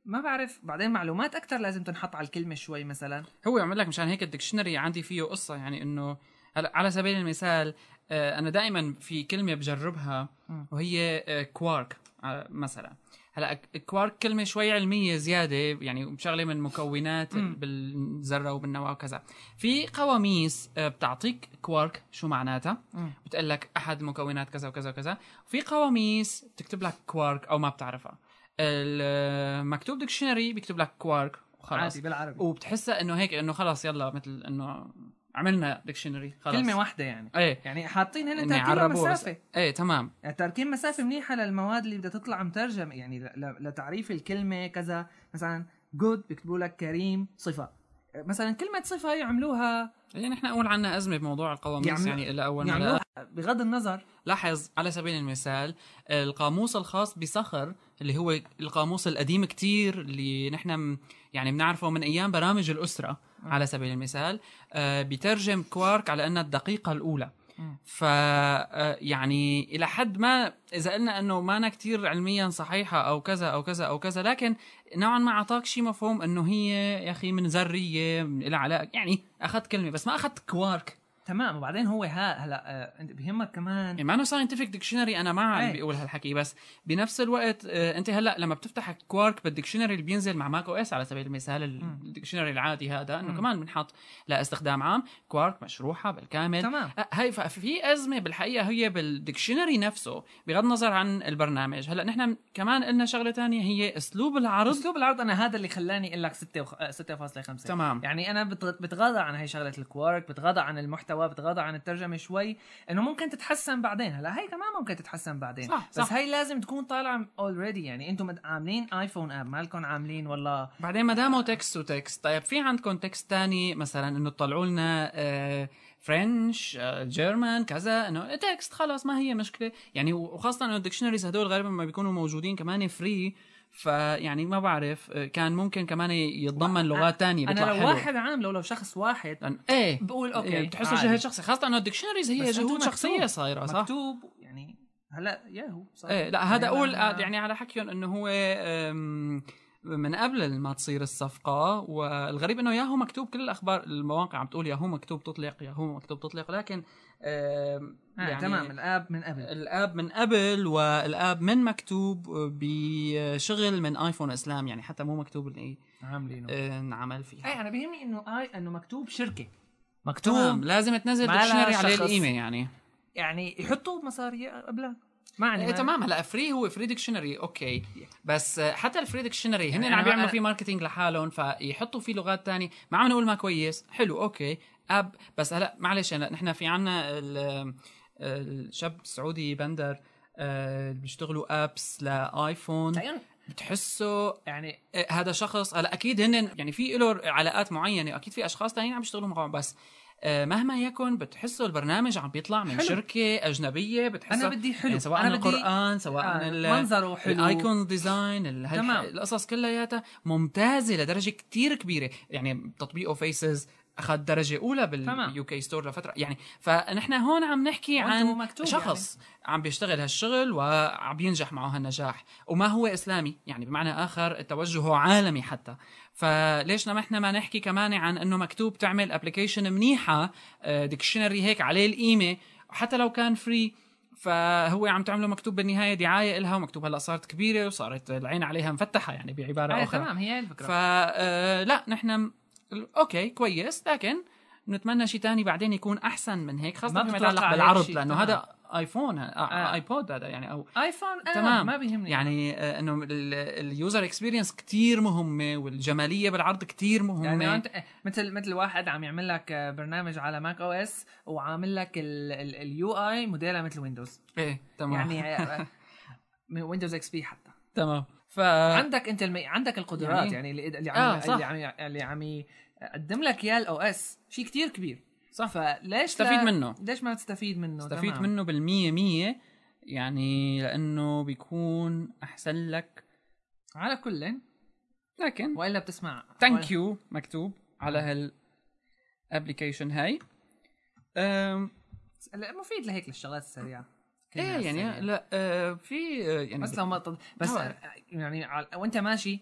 B: ما بعرف بعدين معلومات أكتر لازم تنحط على الكلمة شوي مثلا
A: هو عمل لك مشان هيك الدكشنري عندي فيه قصه يعني انه هلا على سبيل المثال آه، انا دائما في كلمه بجربها
B: مم.
A: وهي آه، كوارك آه، مثلا هلا كوارك كلمه شوي علميه زياده يعني شغله من مكونات
B: مم.
A: بالذره وبالنواه وكذا في قواميس آه، بتعطيك كوارك شو معناتها بتقول لك احد مكونات كذا وكذا وكذا في قواميس بتكتب لك كوارك او ما بتعرفها المكتوب ديكشنري بيكتب لك كوارك وخلاص
B: عادي بالعربي
A: وبتحسها انه هيك انه خلاص يلا مثل انه عملنا ديكشنري خلاص
B: كلمة واحدة يعني
A: ايه
B: يعني حاطين هنا
A: إني
B: تركيب
A: عربوا بس-
B: مسافة
A: ايه تمام
B: يعني تركيب مسافة منيحة للمواد اللي بدها تطلع مترجمة يعني ل... ل... لتعريف الكلمة كذا مثلا جود بيكتبوا لك كريم صفة مثلا كلمة صفة يعملوها
A: يعني نحن اول عنا ازمه بموضوع القواميس
B: يعملوا-
A: يعني الى اول ما
B: يعملوها
A: لا-
B: بغض النظر
A: لاحظ على سبيل المثال القاموس الخاص بصخر اللي هو القاموس القديم كتير اللي نحن م- يعني بنعرفه من ايام برامج الاسره على سبيل المثال آه، بترجم كوارك على انها الدقيقه الاولى
B: مم.
A: ف آه، يعني الى حد ما اذا قلنا انه ما أنا كتير علميا صحيحه او كذا او كذا او كذا لكن نوعا ما اعطاك شيء مفهوم انه هي يا اخي من ذريه من- لها علاقه يعني اخذت كلمه بس ما اخذت كوارك
B: تمام وبعدين هو ها هلا آه، انت بيهمك كمان
A: يعني ما انه ساينتفك ديكشنري انا ما عم
B: إيه.
A: بيقول هالحكي بس بنفس الوقت آه، انت هلا لما بتفتح كوارك بالديكشنري اللي بينزل مع ماك او اس على سبيل المثال ال-
B: مم.
A: الديكشنري العادي هذا انه
B: مم.
A: كمان بنحط لاستخدام عام كوارك مشروحه بالكامل
B: تمام
A: آه، هاي ففي ازمه بالحقيقه هي بالديكشنري نفسه بغض النظر عن البرنامج هلا نحن كمان قلنا شغله تانية هي اسلوب العرض
B: اسلوب العرض انا هذا اللي خلاني اقول لك 6 وخ... آه، 6.5
A: تمام
B: يعني انا بتغ- بتغاضى عن هي شغله الكوارك بتغاضى عن المحتوى بتغاضى عن الترجمه شوي انه ممكن تتحسن بعدين هلا هي كمان ممكن تتحسن بعدين
A: صح،
B: بس
A: صح.
B: هي لازم تكون طالعه اوريدي يعني انتم مد- عاملين ايفون اب مالكم عاملين والله
A: بعدين ما دامه تكست وتكست طيب في عندكم تكست تاني مثلا انه تطلعوا لنا آه، فرنش آه، جيرمان كذا انه تكست خلاص ما هي مشكله يعني وخاصه انه الدكشنريز هدول غالبا ما بيكونوا موجودين كمان فري فيعني ما بعرف آه، كان ممكن كمان يتضمن لغات تانية
B: انا
A: بيطلع
B: لو
A: حلو
B: واحد عامله لو شخص واحد يعني
A: لأن- ايه
B: بقول اوكي
A: إيه، بتحسه
B: عادي.
A: جهد شخصي خاصه انه الدكشنريز هي
B: بس أنتو
A: جهود
B: مكتوب.
A: شخصيه صايره صح؟
B: مكتوب يعني هلا ياهو صح
A: ايه لا هذا
B: يعني
A: اقول
B: أنا-
A: يعني على حكيهم انه هو أم، من قبل ما تصير الصفقة والغريب انه ياهو مكتوب كل الاخبار المواقع عم تقول ياهو مكتوب تطلق ياهو مكتوب تطلق لكن أم،
B: آه يعني تمام الاب من قبل
A: الاب من قبل والاب من مكتوب بشغل من ايفون اسلام يعني حتى مو مكتوب اللي آه،
B: عاملينه
A: إيه. انعمل فيه
B: اي انا بيهمني انه اي انه مكتوب شركه
A: تمام
B: مكتوب
A: لازم تنزل
B: ما لها
A: ديكشنري عليه
B: شخص.
A: القيمة يعني
B: يعني يحطوا مصاري قبلها يعني ما عندي
A: ايه
B: مانع.
A: تمام هلا فري هو فري ديكشنري اوكي بس آه، حتى الفري ديكشنري هن
B: يعني
A: عم
B: أنا-
A: بيعملوا
B: أنا-
A: فيه ماركتينج لحالهم فيحطوا فيه لغات تانية ما عم نقول ما كويس حلو اوكي اب بس هلا معلش هلا نحن في عنا ال- الشاب السعودي بندر آه، بيشتغلوا ابس لايفون
B: تلاقيهم
A: بتحسه
B: يعني
A: آه، هذا شخص هلا اكيد هن يعني في له علاقات معينه اكيد في اشخاص تانيين عم يشتغلوا معهم بس آه، مهما يكن بتحسوا البرنامج عم بيطلع من
B: حلو.
A: حلو. شركه اجنبيه
B: انا
A: بتحسه
B: بدي حلو
A: يعني سواء أنا
B: انا بدي
A: القران سواء
B: آه،
A: ال-
B: منظره حلو
A: الايكون ديزاين
B: تمام.
A: القصص كلياتها ممتازه لدرجه كتير كبيره يعني تطبيقه فيسز اخذ درجه اولى
B: تمام.
A: باليو كي ستور لفتره يعني فنحن هون عم نحكي
B: وأنت مو
A: عن
B: طيب، مكتوب يعني.
A: شخص عم بيشتغل هالشغل وعم ينجح معه هالنجاح وما هو اسلامي يعني بمعنى اخر توجهه عالمي حتى فليش ما احنا ما نحكي كمان عن انه مكتوب تعمل ابلكيشن منيحه ديكشنري هيك عليه القيمه حتى لو كان فري فهو عم تعمله مكتوب بالنهايه دعايه لها ومكتوب هلا صارت كبيره وصارت العين عليها مفتحه يعني بعباره
B: آه،
A: اخرى
B: تمام هي هي الفكره
A: فلا آه، نحن م- اوكي كويس لكن نتمنى شيء تاني بعدين يكون احسن من هيك
B: ما
A: خاصه فيما
B: بتتوقع
A: يتعلق
B: هيك
A: بالعرض
B: شيء،
A: لانه
B: تمام.
A: هذا ايفون آ-
B: آه. نعم.
A: ايبود هذا يعني او
B: ايفون انا تمام
A: تمام.
B: آه، ما بيهمني
A: يعني آه، انه اليوزر اكسبيرينس كتير مهمه والجماليه بالعرض كتير مهمه
B: يعني انت مثل مثل واحد عم يعمل لك آه، برنامج على ماك او اس وعامل لك اليو اي موديلها مثل ويندوز
A: ايه تمام يعني
B: يعني آه، من ويندوز اكس بي حتى
A: تمام ف
B: عندك انت الم... عندك القدرات
A: يعني-
B: يعني, اللي اللي عم
A: آه،
B: اللي
A: صح.
B: عم اللي عم يقدم لك اياه الاو اس شيء كتير كبير
A: صح.
B: فليش
A: استفيد
B: لا...
A: منه
B: ليش ما تستفيد منه
A: استفيد
B: تمام.
A: منه بالمية مية يعني لانه بيكون احسن لك
B: على كل
A: لكن
B: والا بتسمع
A: ثانك يو مكتوب على هالابلكيشن هاي أم،
B: مفيد لهيك للشغلات السريعه كلها
A: ايه
B: السريعة.
A: يعني لا آه، في آه، يعني
B: بس لو ما تض... بس
A: طبعاً.
B: يعني على... وانت ماشي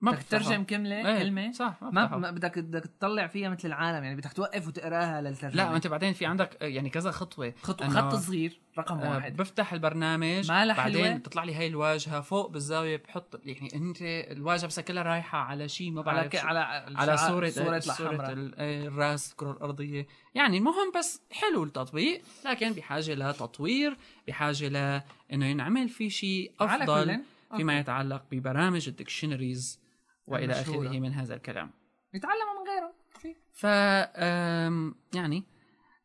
A: ما
B: بدك تترجم كلمه
A: إيه،
B: كلمه
A: صح ما,
B: ما
A: بتفتحه.
B: ما بدك بدك تطلع فيها مثل العالم يعني بدك توقف وتقراها للترجمه
A: لا ما انت بعدين في عندك آه، يعني كذا خطوه
B: خط
A: إنه-
B: خط صغير رقم
A: آه،
B: واحد
A: بفتح البرنامج
B: ما لها حلوة.
A: بعدين بتطلع لي هاي الواجهه فوق بالزاويه بحط يعني انت الواجهه بس كلها رايحه على شيء ما
B: على
A: بعرف
B: ك...
A: شو.
B: على
A: على
B: شعار-
A: صورة
B: صوره
A: صورة
B: الحمراء
A: ال- آه، الراس الكرة الأرضية يعني المهم بس حلو التطبيق لكن بحاجة لتطوير بحاجة لأنه ينعمل في شيء
B: على
A: أفضل
B: كل
A: فيما يتعلق ببرامج الدكشنريز وإلى
B: المشهورة.
A: آخره من هذا الكلام
B: يتعلموا من غيره في-
A: ف آم، يعني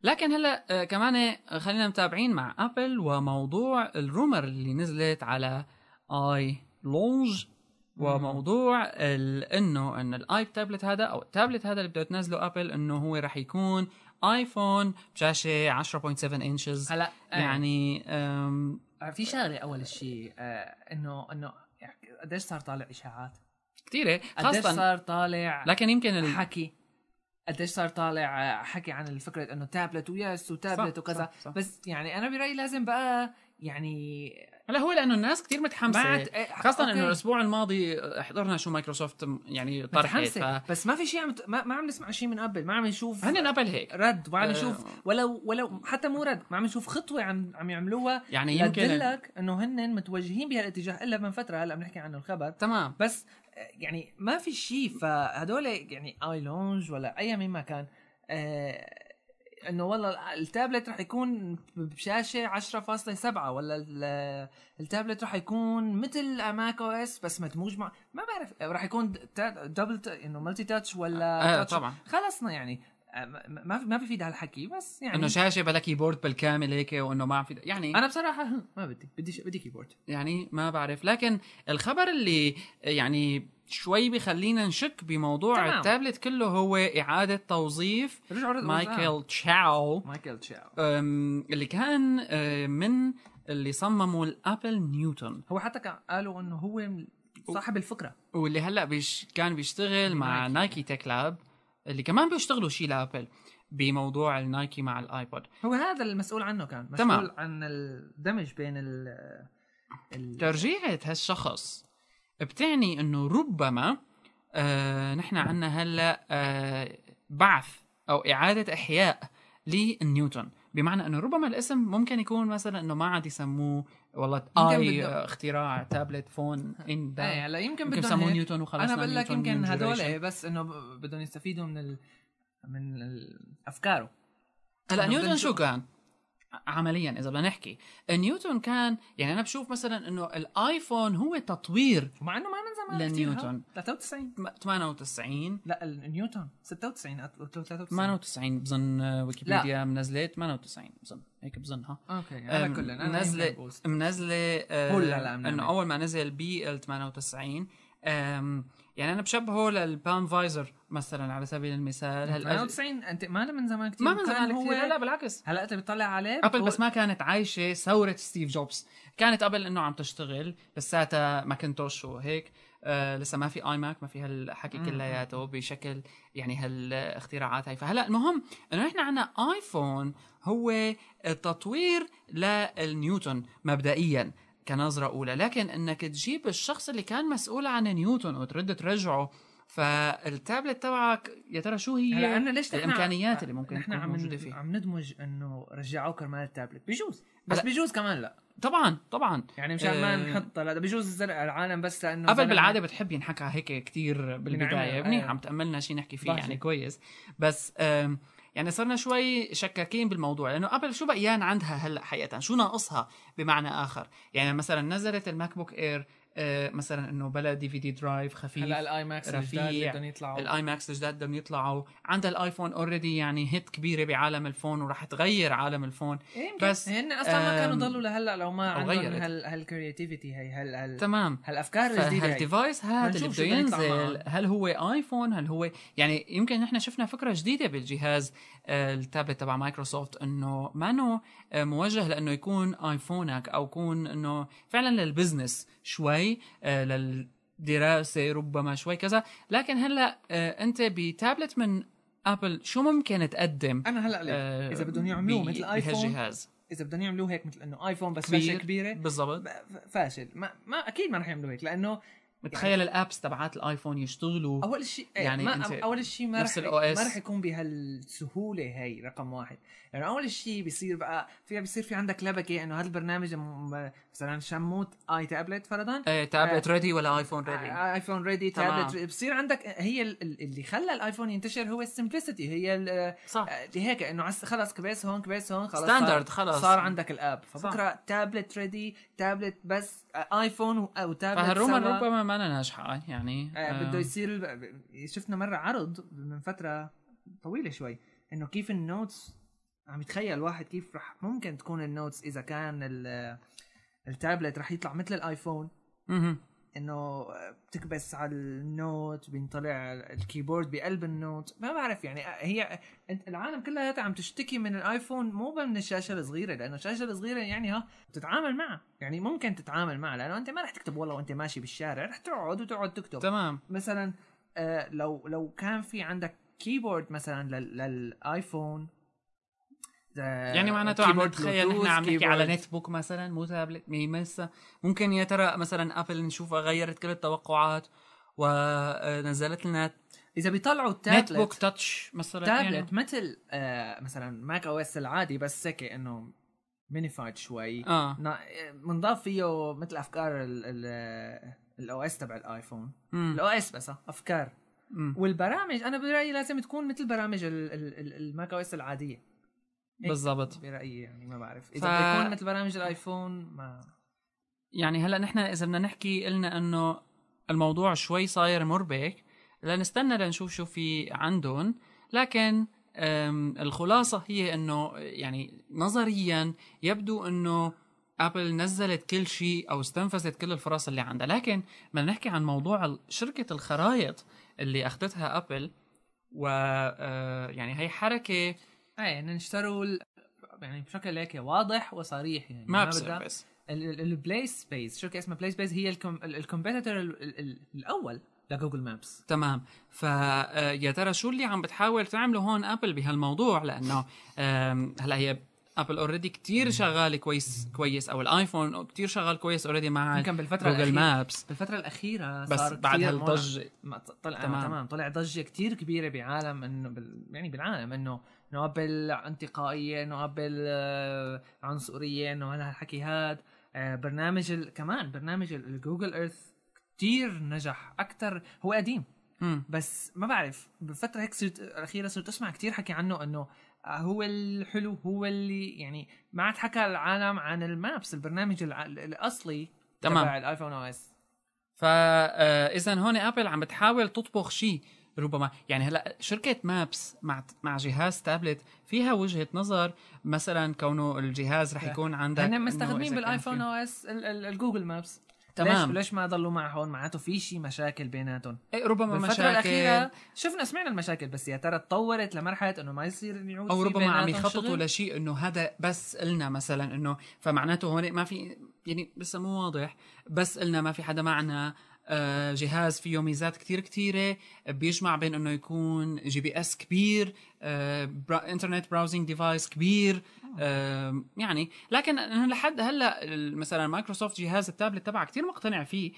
A: لكن هلا آه، كمان خلينا متابعين مع ابل وموضوع الرومر اللي نزلت على اي لونج وموضوع ال- انه ان الاي تابلت هذا او التابلت هذا اللي بده تنزله ابل انه هو راح يكون ايفون بشاشه 10.7 انشز
B: هلا آه،
A: يعني أم
B: في شغله اول شيء آه، انه انه يعني قديش صار طالع اشاعات
A: كثيره
B: قديش
A: خاصه
B: صار طالع
A: لكن يمكن ال-
B: حكي قديش صار طالع آه، حكي عن الفكرة انه تابلت ويس وتابلت
A: صح،
B: وكذا
A: صح، صح.
B: بس يعني انا برايي لازم بقى يعني
A: هلا هو لانه الناس كثير متحمسه
B: آه،
A: خاصة
B: أوكي.
A: انه الاسبوع الماضي حضرنا شو مايكروسوفت يعني طرحت ف
B: متحمسة بس ما في شيء عم ت- ما, ما عم نسمع شيء من قبل ما عم نشوف
A: هن ابل هيك
B: رد وما عم
A: آه.
B: نشوف ولو ولو حتى مو رد ما عم نشوف خطوة عم عم يعملوها
A: يعني يمكن
B: لك انه هن متوجهين بهالاتجاه الا من فترة هلا بنحكي عنه الخبر
A: تمام
B: بس آه، يعني ما في شيء فهدول يعني اي لونج ولا اي مين ما كان آه، انه والله التابلت رح يكون بشاشه 10.7 ولا ال- التابلت رح يكون مثل ماك او اس بس مدموج مع ما بعرف رح يكون تا- دبل تا- انه ملتي تاتش ولا
A: آه
B: تاتش.
A: طبعا
B: خلصنا يعني آه، ما ما في- ما بفيد هالحكي بس يعني
A: انه شاشه بلا كيبورد بالكامل هيك وانه ما عم في يعني
B: انا بصراحه هم، ما بدي بدي ش- بدي كيبورد
A: يعني ما بعرف لكن الخبر اللي يعني شوي بخلينا نشك بموضوع
B: تمام. آه.
A: تمام. التابلت كله هو اعاده توظيف
B: رجعوا رجعوا-
A: مايكل تشاو
B: آه، مايكل تشاو
A: أم، اللي كان أه، من اللي صمموا الابل نيوتن
B: هو حتى كان قالوا انه هو صاحب الفكره
A: واللي هلا بيش كان بيشتغل مع
B: نايكي.
A: نايكي تك لاب اللي كمان بيشتغلوا شيء لابل بموضوع النايكي مع الايبود
B: هو هذا المسؤول عنه كان مسؤول
A: تمام.
B: تمام. عن الدمج بين ال ال
A: ترجيعة هالشخص بتعني انه ربما آه نحن عنا هلا آه بعث او اعادة احياء لنيوتن بمعنى انه ربما الاسم ممكن يكون مثلا انه ما عاد يسموه والله
B: يمكن
A: اي
B: بدهم-
A: آه، اختراع تابلت فون ان
B: ايه
A: ده
B: هلا يمكن
A: يمكن
B: بدهم
A: سموه
B: هيك.
A: نيوتن وخلص
B: انا بقول لك يمكن هدول بس انه ب- بدهم يستفيدوا من ال من ال- افكاره
A: هلا
B: إنه بدنا
A: نيوتن شو
B: نشوف.
A: كان؟ عمليا اذا بدنا نحكي نيوتن كان يعني انا بشوف مثلا انه الايفون هو تطوير
B: ومع انه ما من زمان كتير
A: لنيوتن.
B: هاد. 93
A: 98
B: لا ال- نيوتن 96 أت- أو 93
A: 98 بظن آه، ويكيبيديا منزله 98 بظن هيك بظنها
B: اوكي على
A: أم،
B: كل أنا
A: منزلة-
B: يمكن بوست.
A: منزله آه،
B: هلا لا، منعمل.
A: انه اول ما نزل بي ال 98 أم، يعني انا بشبهه للبان فايزر مثلا على سبيل المثال هلا
B: 98 انت ما له من زمان كثير
A: ما من
B: كان
A: زمان
B: هو-
A: كثير لا لا بالعكس
B: هلا انت بتطلع عليه
A: ابل بس
B: بتقول-
A: ما كانت عايشه ثوره ستيف جوبز كانت قبل انه عم تشتغل لساتها ماكنتوش وهيك آه لسه ما في اي ماك ما في هالحكي
B: مم.
A: كلياته بشكل يعني هالاختراعات هاي فهلا المهم انه نحن عنا ايفون هو التطوير للنيوتن مبدئيا كنظره اولى لكن انك تجيب الشخص اللي كان مسؤول عن نيوتن وترد ترجعه فالتابلت تبعك يا ترى شو هي
B: هلا انا ليش نحن-
A: الامكانيات اللي ممكن
B: نحن
A: تكون
B: عم
A: موجوده
B: ن-
A: فيه
B: عم ندمج انه رجعوه كرمال التابلت بيجوز بس
A: هلا-
B: بيجوز كمان لا
A: طبعا طبعا
B: يعني مشان ما
A: آه.
B: نحط لا بيجوز زرق العالم بس لانه
A: قبل
B: زلمة-
A: بالعاده بتحب ينحكى هيك كتير بالبدايه
B: ينعمل،
A: منيح
B: آه.
A: عم تاملنا شيء نحكي فيه
B: ضحكة.
A: يعني كويس بس آم، يعني صرنا شوي شكاكين بالموضوع لانه قبل شو بقيان عندها هلا حقيقه شو ناقصها بمعنى اخر يعني مثلا نزلت الماك بوك اير آه، مثلا انه بلا دي في دي درايف
B: هلا
A: خفيف
B: الاي ماكس
A: رفيع.
B: الجداد اللي بدهم يطلعوا
A: الاي ماكس الجداد بدهم يطلعوا عندها الايفون اوريدي يعني هيت كبيره بعالم الفون وراح تغير عالم الفون بس،
B: بس إيه، هن اصلا ما كانوا
A: آم،
B: ضلوا لهلا لو ما
A: أو
B: عندهم
A: غيرت.
B: هال هالكرياتيفيتي هي هال هال
A: تمام
B: هالافكار الجديده هي.
A: فالديفايس هذا اللي
B: منشوف
A: بده
B: شو بده يطلع
A: ينزل
B: معه.
A: هل هو ايفون هل هو يعني يمكن نحن شفنا فكره جديده بالجهاز آه، التابلت تبع مايكروسوفت انه مانو آه، موجه لانه يكون ايفونك او يكون انه فعلا للبزنس شوي آه، للدراسه ربما شوي كذا لكن هلا آه، انت بتابلت من ابل شو ممكن تقدم
B: انا هلا ليه؟
A: آه،
B: إذا بدهم يعملوه
A: ب-
B: مثل آيفون،
A: بهالجهاز
B: اذا بدهم يعملوه هيك مثل انه ايفون بس
A: كبير.
B: شاشه كبيره
A: بالضبط
B: ب- فاشل ما, ما اكيد ما رح يعملوا هيك لانه
A: تخيل الابس تبعات الايفون يشتغلوا
B: اول شيء
A: يعني
B: يعني ما
A: أنت
B: اول شيء ما
A: نفس
B: رح
A: ال OS.
B: ما رح يكون بهالسهوله هي رقم واحد لانه يعني اول شيء بيصير بقى في بيصير في عندك لبكه انه هذا البرنامج م- مثلا شموت اي تابلت فرضا
A: آه، تابلت ريدي ولا ايفون ريدي
B: آ- ايفون ريدي
A: تمام.
B: تابلت بصير عندك هي ال- ال- اللي خلى الايفون ينتشر هو السمبلسيتي هي ال-
A: صح
B: اللي هيك انه عس- خلص كبس هون كبس هون خلص
A: ستاندرد
B: صار-
A: خلص.
B: صار عندك الاب فبكره تابلت ريدي تابلت بس آ- ايفون و- او تابلت
A: فهالرومر
B: سوا.
A: ربما ما ناجحه يعني
B: آه، بده يصير ب- شفنا مره عرض من فتره طويله شوي انه كيف النوتس عم يتخيل واحد كيف رح ممكن تكون النوتس اذا كان ال- التابلت رح يطلع مثل الايفون
A: مهم.
B: انه بتكبس على النوت بينطلع الكيبورد بقلب النوت ما بعرف يعني هي أنت- العالم كلها عم تشتكي من الايفون مو بس من الشاشه الصغيره لانه الشاشه الصغيره يعني ها بتتعامل معها يعني ممكن تتعامل معها لانه انت ما رح تكتب والله وانت ماشي بالشارع رح تقعد وتقعد تكتب
A: تمام
B: مثلا آه لو لو كان في عندك كيبورد مثلا لل- آه، للايفون
A: يعني معناته عم نتخيل نحن عم نحكي على نت بوك مثلا مو تابلت ميمسة ممكن يا ترى مثلا ابل نشوفها غيرت كل التوقعات ونزلت لنا
B: اذا بيطلعوا
A: نت بوك
B: التابلت
A: تاتش مثلا يعني.
B: تابلت مثل آه مثلا ماك او اس العادي بس هيك انه مينيفايد شوي
A: اه
B: بنضاف فيه مثل افكار الاو اس تبع الايفون
A: مم.
B: الاو اس بس آه، افكار
A: مم.
B: والبرامج انا برايي لازم تكون مثل برامج ال- ال- ال- الماك او اس العاديه
A: بالضبط
B: برايي يعني ما بعرف
A: ف-
B: اذا ف... بيكون مثل برامج الايفون ما
A: يعني هلا نحن اذا بدنا نحكي قلنا انه الموضوع شوي صاير مربك لنستنى لنشوف شو في عندهم لكن أم، الخلاصه هي انه يعني نظريا يبدو انه ابل نزلت كل شيء او استنفذت كل الفرص اللي عندها لكن بدنا نحكي عن موضوع ال- شركه الخرايط اللي اخذتها ابل و آه، يعني هي حركه
B: ايه يعني اشتروا ال... يعني بشكل هيك واضح وصريح يعني
A: ماب
B: بدها-
A: سيرفيس
B: ال- ال- البلاي سبيس شركه اسمها بلاي سبيس هي الكم... ال- الكومبيتيتور ال... ال... ال... الاول لجوجل مابس
A: تمام فيا ترى شو اللي عم بتحاول تعمله هون ابل بهالموضوع لانه آم، هلا هي ابل اوريدي كتير شغال كويس كويس او الايفون كتير شغال كويس اوريدي مع
B: يمكن بالفتره
A: جوجل
B: الاخيره
A: مابس
B: بالفتره الاخيره
A: بس
B: صار
A: بعد
B: كتير
A: هالضجه
B: ما ط- طلع
A: تمام.
B: تمام. تمام طلع ضجه كتير كبيره بعالم انه بال... يعني بالعالم انه انه ابل انتقائيه انه ابل آه، عنصريه انه هذا الحكي هاد آه، برنامج ال... كمان برنامج ال- الجوجل ايرث كتير نجح اكثر هو قديم
A: مم.
B: بس ما بعرف بفتره هيك صرت الاخيره صرت اسمع كتير حكي عنه انه هو الحلو هو اللي يعني ما عاد حكى العالم عن المابس البرنامج الع... الاصلي
A: تمام.
B: تبع الايفون او اس
A: فاذا آه، هون ابل عم بتحاول تطبخ شيء ربما يعني هلا شركه مابس مع مع جهاز تابلت فيها وجهه نظر مثلا كونه الجهاز رح يكون عندك
B: هن
A: إنه
B: مستخدمين
A: إذا كان
B: بالايفون
A: في-
B: او اس الجوجل مابس
A: تمام
B: ليش, ليش ما ضلوا مع هون معناته في شيء مشاكل بيناتهم
A: إيه، ربما
B: بالفترة
A: مشاكل
B: الأخيرة شفنا سمعنا المشاكل بس يا ترى تطورت لمرحلة إنه ما يصير نعود
A: او
B: في
A: ربما عم
B: بيناتهم
A: يخططوا
B: شغل؟
A: لشيء انه هذا بس قلنا مثلا انه فمعناته هون ما في يعني لسه مو واضح بس قلنا ما في حدا معنا آه، جهاز فيه ميزات كتير كتيرة بيجمع بين انه يكون جي بي اس كبير آه، برا انترنت براوزنج ديفايس كبير آه، يعني لكن أنا لحد هلا ال- مثلا مايكروسوفت جهاز التابلت تبعها كتير مقتنع فيه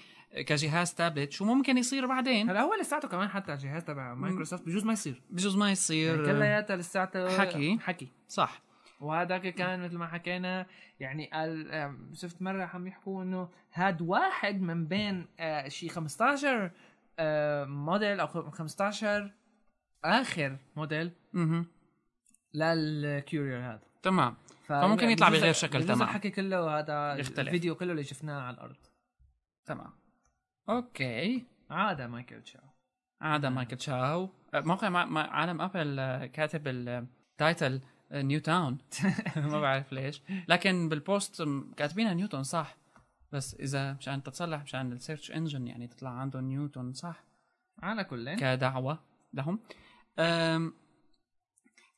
A: كجهاز تابلت شو ممكن يصير بعدين
B: هلا هو لساته كمان حتى الجهاز تبع مايكروسوفت بجوز ما يصير
A: بجوز ما
B: يعني
A: يصير آه،
B: كلياتها لساته
A: حكي.
B: حكي
A: صح
B: وهذاك كان مثل ما حكينا يعني قال آم، شفت مره عم يحكوا انه هاد واحد من بين آه، شي 15 آه، موديل او خم- 15 اخر موديل
A: مهم.
B: للكيورير هذا
A: تمام
B: ف-
A: فممكن يطلع
B: بجوز-
A: بغير شكل
B: بجوز
A: تمام.
B: الحكي كله هذا
A: يختلف.
B: الفيديو كله اللي شفناه على الارض
A: تمام اوكي
B: عاده مايكل تشاو
A: عادة مايكل تشاو أه، موقع ما ما- عالم ابل أه، كاتب التايتل نيو تاون ما بعرف ليش لكن بالبوست م- كاتبينها نيوتن صح بس اذا مشان تتصلح مشان السيرش انجن يعني تطلع عنده نيوتن صح
B: على كل
A: كدعوه لهم أم،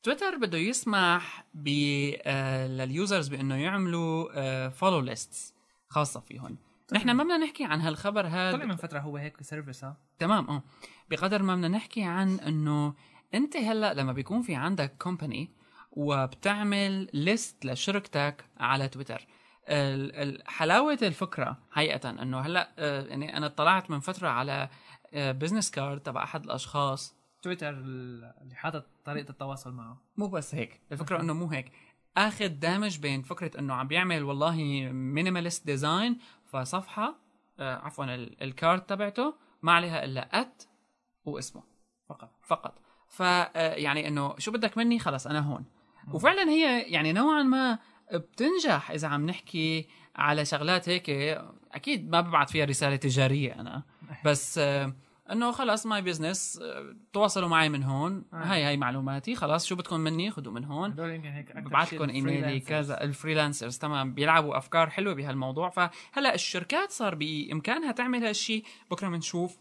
A: تويتر بده يسمح ب أه، لليوزرز بانه يعملوا أه، فولو ليستس خاصه فيهم نحن ما بدنا نحكي عن هالخبر هذا
B: طلع من فتره هو هيك سيرفيس ها
A: تمام اه بقدر ما بدنا نحكي عن انه انت هلا لما بيكون في عندك كومباني وبتعمل ليست لشركتك على تويتر ال- ال- حلاوه الفكره حقيقه انه هلا آه، يعني انا اطلعت من فتره على بزنس كارد تبع احد الاشخاص
B: تويتر اللي حاطط طريقه التواصل معه
A: مو بس هيك الفكره انه مو هيك اخذ دامج بين فكره انه عم بيعمل والله مينيماليست ديزاين فصفحه آه، عفوا ال- الكارد تبعته ما عليها الا ات واسمه
B: فقط
A: فقط ف آه، يعني انه شو بدك مني خلص انا هون وفعلا هي يعني نوعا ما بتنجح اذا عم نحكي على شغلات هيك اكيد ما ببعت فيها رساله تجاريه انا بس آه، انه خلص ماي بزنس تواصلوا معي من هون
B: آه.
A: هاي هاي معلوماتي خلاص شو بدكم مني خذوا من هون
B: هدول يمكن هيك أكتر شيء
A: ببعتكم ايميلي
B: freelancers.
A: يعني كذا الفريلانسرز تمام بيلعبوا افكار حلوه بهالموضوع فهلا الشركات صار بامكانها تعمل هالشيء بكره بنشوف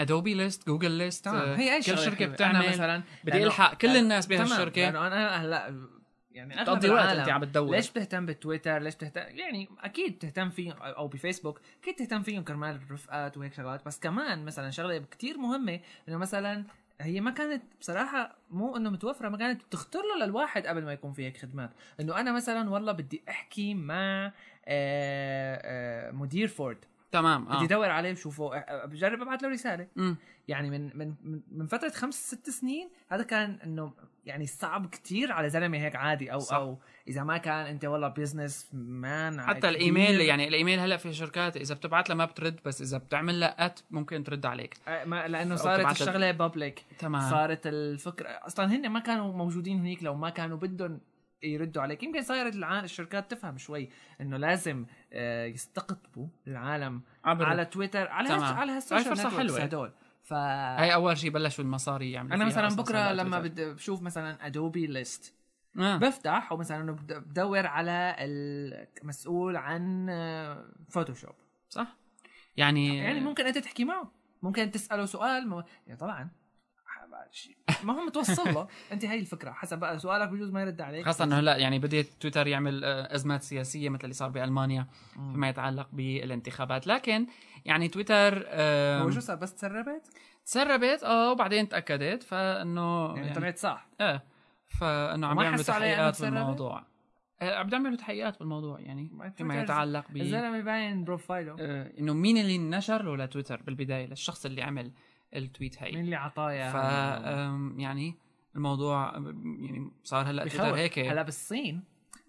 A: ادوبي ليست جوجل ليست
B: تمام هي اي
A: آه، كل
B: شغلة
A: شركه
B: حلوة. أنا
A: بتعمل
B: مثلا
A: بدي
B: لأنه-
A: الحق كل
B: لأنه-
A: الناس بهالشركه
B: لانه انا هلا يعني اغلب
A: تقضي وقت انت
B: العالم
A: عم تدور
B: ليش بتهتم بالتويتر ليش بتهتم يعني اكيد بتهتم فيه او بفيسبوك اكيد بتهتم فيهم كرمال الرفقات وهيك شغلات بس كمان مثلا شغله كتير مهمه انه مثلا هي ما كانت بصراحة مو انه متوفرة ما كانت بتخطر له للواحد قبل ما يكون في هيك خدمات، انه انا مثلا والله بدي احكي مع آه، آه، مدير فورد،
A: تمام
B: بدي
A: اه
B: ادور عليه وشوفه آه، آه، بجرب ابعث له رسالة،
A: مم.
B: يعني من من من- من فتره خمس ست سنين هذا كان انه يعني صعب كتير على زلمه هيك عادي او
A: صح.
B: صح. او اذا ما كان انت والله بزنس مان
A: حتى الايميل يعني الايميل هلا في شركات اذا بتبعت لها ما بترد بس اذا بتعمل لها ات ممكن ترد عليك
B: ما لانه
A: أو آه.
B: صارت
A: تبعت لل-
B: الشغله بابليك
A: تمام
B: صارت الفكره اصلا هن ما كانوا موجودين هنيك لو ما كانوا بدهم يردوا عليك يمكن صارت العالم الشركات تفهم شوي انه لازم آه، يستقطبوا العالم
A: عبر
B: على تويتر على
A: تمام.
B: هال- على
A: هاي
B: هالسوشيال
A: فرصة
B: نتوركس
A: حلوة.
B: هدول ف
A: هاي اول شيء بلشوا المصاري يعملوا
B: انا
A: فيها
B: مثلا
A: أصلاً
B: بكره
A: على
B: لما
A: تويتر.
B: بدي بشوف مثلا ادوبي ليست
A: آه.
B: بفتح ومثلا انه بد- بدور على المسؤول عن آه، فوتوشوب
A: صح يعني
B: يعني ممكن انت تحكي معه ممكن تساله سؤال مو... يعني طبعا ما هو متوصل له انت هاي الفكره حسب بقى سؤالك بجوز ما يرد عليك
A: خاصة انه هلا يعني بده تويتر يعمل آه، ازمات سياسية مثل اللي صار بالمانيا
B: مم.
A: فيما يتعلق بالانتخابات، لكن يعني تويتر آم،
B: هو شو صار بس تسربت
A: تسربت اه وبعدين تاكدت فانه
B: يعني طلعت صح
A: ايه فانه عم
B: وما
A: بيعملوا
B: حسوا عليها
A: تحقيقات
B: إنه تسربت؟
A: بالموضوع آه، عم بيعملوا تحقيقات بالموضوع يعني
B: ما
A: فيما
B: تويتر-
A: يتعلق ب
B: الزلمه باين بروفايله
A: آه، انه مين اللي نشر له لتويتر بالبداية للشخص اللي عمل التويت هاي
B: مين اللي عطاه
A: ف
B: اياها؟
A: آم، يعني الموضوع آم، يعني صار هلا تويتر
B: بخوف.
A: هيك
B: هلا بالصين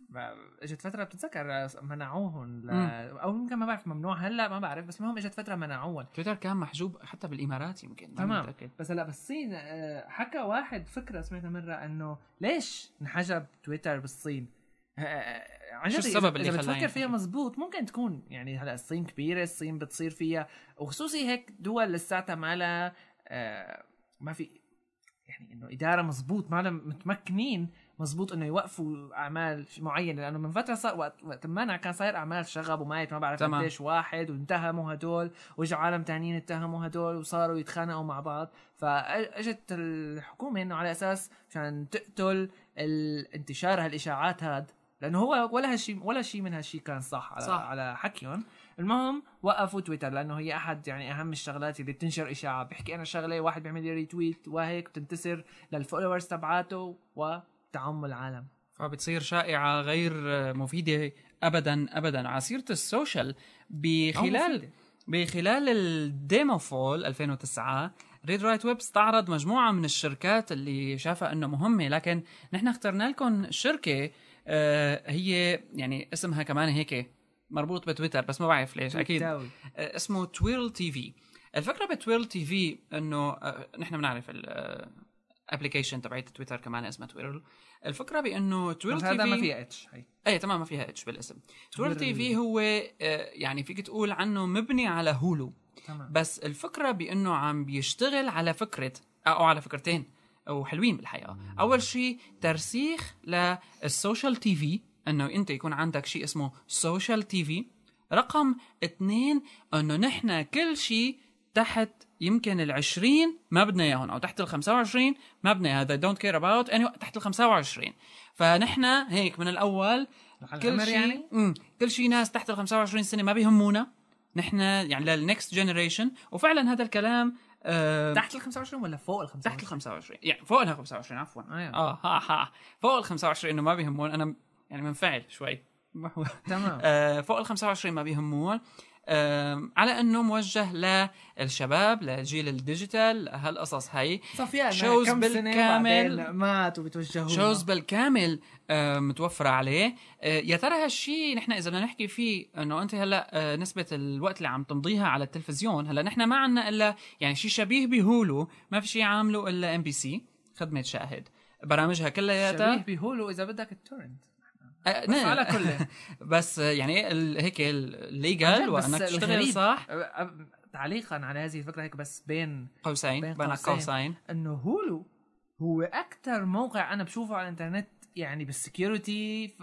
B: ما- اجت فتره بتتذكر آه، منعوهم ل...
A: مم.
B: او يمكن ما بعرف ممنوع هلا ما بعرف بس المهم اجت فتره منعوهم
A: تويتر كان محجوب حتى بالامارات يمكن
B: تمام.
A: ما متأكد.
B: طيب، بس هلا بالصين آه، حكى واحد فكره سمعتها مره انه ليش انحجب تويتر بالصين؟ آه، آه، عن
A: شو
B: جد إذا-
A: السبب اللي
B: اذا
A: خلاه
B: بتفكر
A: ينحجب؟
B: فيها مزبوط ممكن تكون يعني هلا الصين كبيره الصين بتصير فيها وخصوصي هيك دول لساتها ما لها آه، ما في يعني انه اداره مزبوط ما لها متمكنين مزبوط انه يوقفوا اعمال معينه لانه من فتره صار وقت وقت ما كان صاير اعمال شغب وميت ما بعرف
A: تمام.
B: قديش واحد واتهموا هدول واجوا عالم تانيين اتهموا هدول وصاروا يتخانقوا مع بعض فاجت الحكومه انه على اساس مشان تقتل ال- انتشار هالاشاعات هاد لانه هو ولا هالشيء ولا شيء من هالشيء كان صح على
A: صح.
B: صح. على حكيهم المهم وقفوا تويتر لانه هي احد يعني اهم الشغلات اللي بتنشر اشاعه بحكي انا شغله واحد بيعمل لي ريتويت وهيك بتنتسر للفولورز تبعاته وتعم العالم
A: فبتصير شائعه غير مفيده ابدا ابدا على سيره السوشيال بخلال
B: مفيدة.
A: بخلال الديمو فول 2009 ريد رايت ويب استعرض مجموعة من الشركات اللي شافها انه مهمة لكن نحن اخترنا لكم شركة آه، هي يعني اسمها كمان هيك مربوط بتويتر بس ما بعرف ليش اكيد آه،
B: تويتاوي.
A: اسمه تويرل تي في الفكرة بتويرل تي في انه آه، نحن بنعرف الابلكيشن تبعت تويتر كمان اسمها تويرل الفكرة بانه تويرل
B: بس
A: تي
B: هذا
A: في
B: ما فيها اتش هي
A: ايه تمام ما فيها اتش بالاسم تويتر تي
B: غير
A: في هو آه، يعني فيك تقول عنه مبني على هولو
B: تمام
A: بس الفكره بانه عم بيشتغل على فكره او على فكرتين وحلوين بالحقيقه اول شيء ترسيخ للسوشيال تي في انه انت يكون عندك شيء اسمه سوشيال تي في رقم اثنين انه نحن كل شيء تحت يمكن ال 20 ما بدنا اياهم او تحت ال 25 ما بدنا هذا دونت كير اباوت اني تحت ال 25 فنحن هيك من الاول
B: على
A: كل
B: الأمر
A: شيء
B: يعني؟
A: يعني؟ كل شيء ناس تحت ال 25 سنه ما بيهمونا نحن يعني للنكست جنريشن وفعلا هذا الكلام آه
B: تحت ال 25 ولا فوق ال 25
A: تحت ال 25 يعني فوق ال 25 عفوا
B: أيوة.
A: اه ها ها فوق ال 25 انه ما بيهمون انا يعني منفعل شوي
B: تمام
A: آه، فوق ال 25 ما بيهمون آم، على انه موجه للشباب لجيل الديجيتال هالقصص هي
B: صفيان
A: shows
B: كم
A: بالكامل.
B: سنه بعدين مات وبتوجهوا
A: شوز بالكامل آه، متوفرة عليه آه، يا ترى هالشي نحن إذا بدنا نحكي فيه إنه أنت هلا آه، نسبة الوقت اللي عم تمضيها على التلفزيون هلا نحن ما عنا إلا يعني شي شبيه بهولو ما في شي عامله إلا ام بي سي خدمة شاهد برامجها
B: شبيه
A: كلياتها
B: بهولو اذا بدك التورنت
A: آه،
B: بس
A: نعم.
B: على كله
A: بس آه، يعني ال- هيك
B: عن
A: الليجل
B: جد، بس
A: وانك تشتغل
B: الغريب
A: صح
B: أ- أ- تعليقا على هذه الفكره هيك بس بين
A: قوسين
B: بين
A: بين
B: قوسين.
A: قوسين
B: انه هولو هو اكثر موقع انا بشوفه على الانترنت يعني بالسكيورتي ف-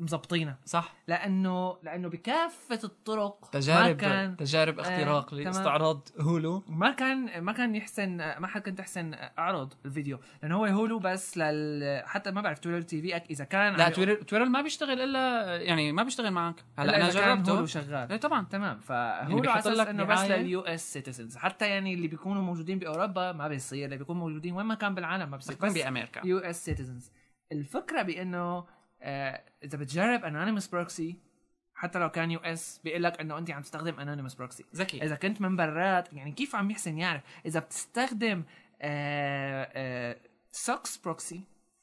B: مزبطينه
A: صح
B: لانه لانه بكافه الطرق ما
A: تجارب
B: كان
A: تجارب اختراق
B: آه، تمام.
A: لاستعراض هولو
B: ما كان ما كان يحسن ما حد كنت احسن اعرض الفيديو لانه هو هولو بس لل حتى ما بعرف تويتر تي في أك- اذا كان
A: لا
B: عم-
A: تويتر تويتر ما بيشتغل الا يعني ما بيشتغل معك هلا
B: هلا
A: انا
B: اذا كان هولو
A: جربته
B: شغال
A: ايه طبعا
B: تمام
A: يعني
B: فهو
A: بيحط
B: على اساس
A: لك
B: انه بس
A: دعاية.
B: لليو اس سيتيزنز حتى يعني اللي بيكونوا موجودين باوروبا ما بيصير اللي بيكونوا موجودين وين ما كان بالعالم ما بيصير
A: بتكون
B: بس
A: بامريكا
B: يو اس سيتيزنز الفكره بانه آه، اذا بتجرب انونيمس بروكسي حتى لو كان يو اس بيقول لك انه انت عم تستخدم انونيمس بروكسي
A: ذكي
B: اذا كنت من برات يعني كيف عم يحسن يعرف اذا بتستخدم آه، سوكس بروكسي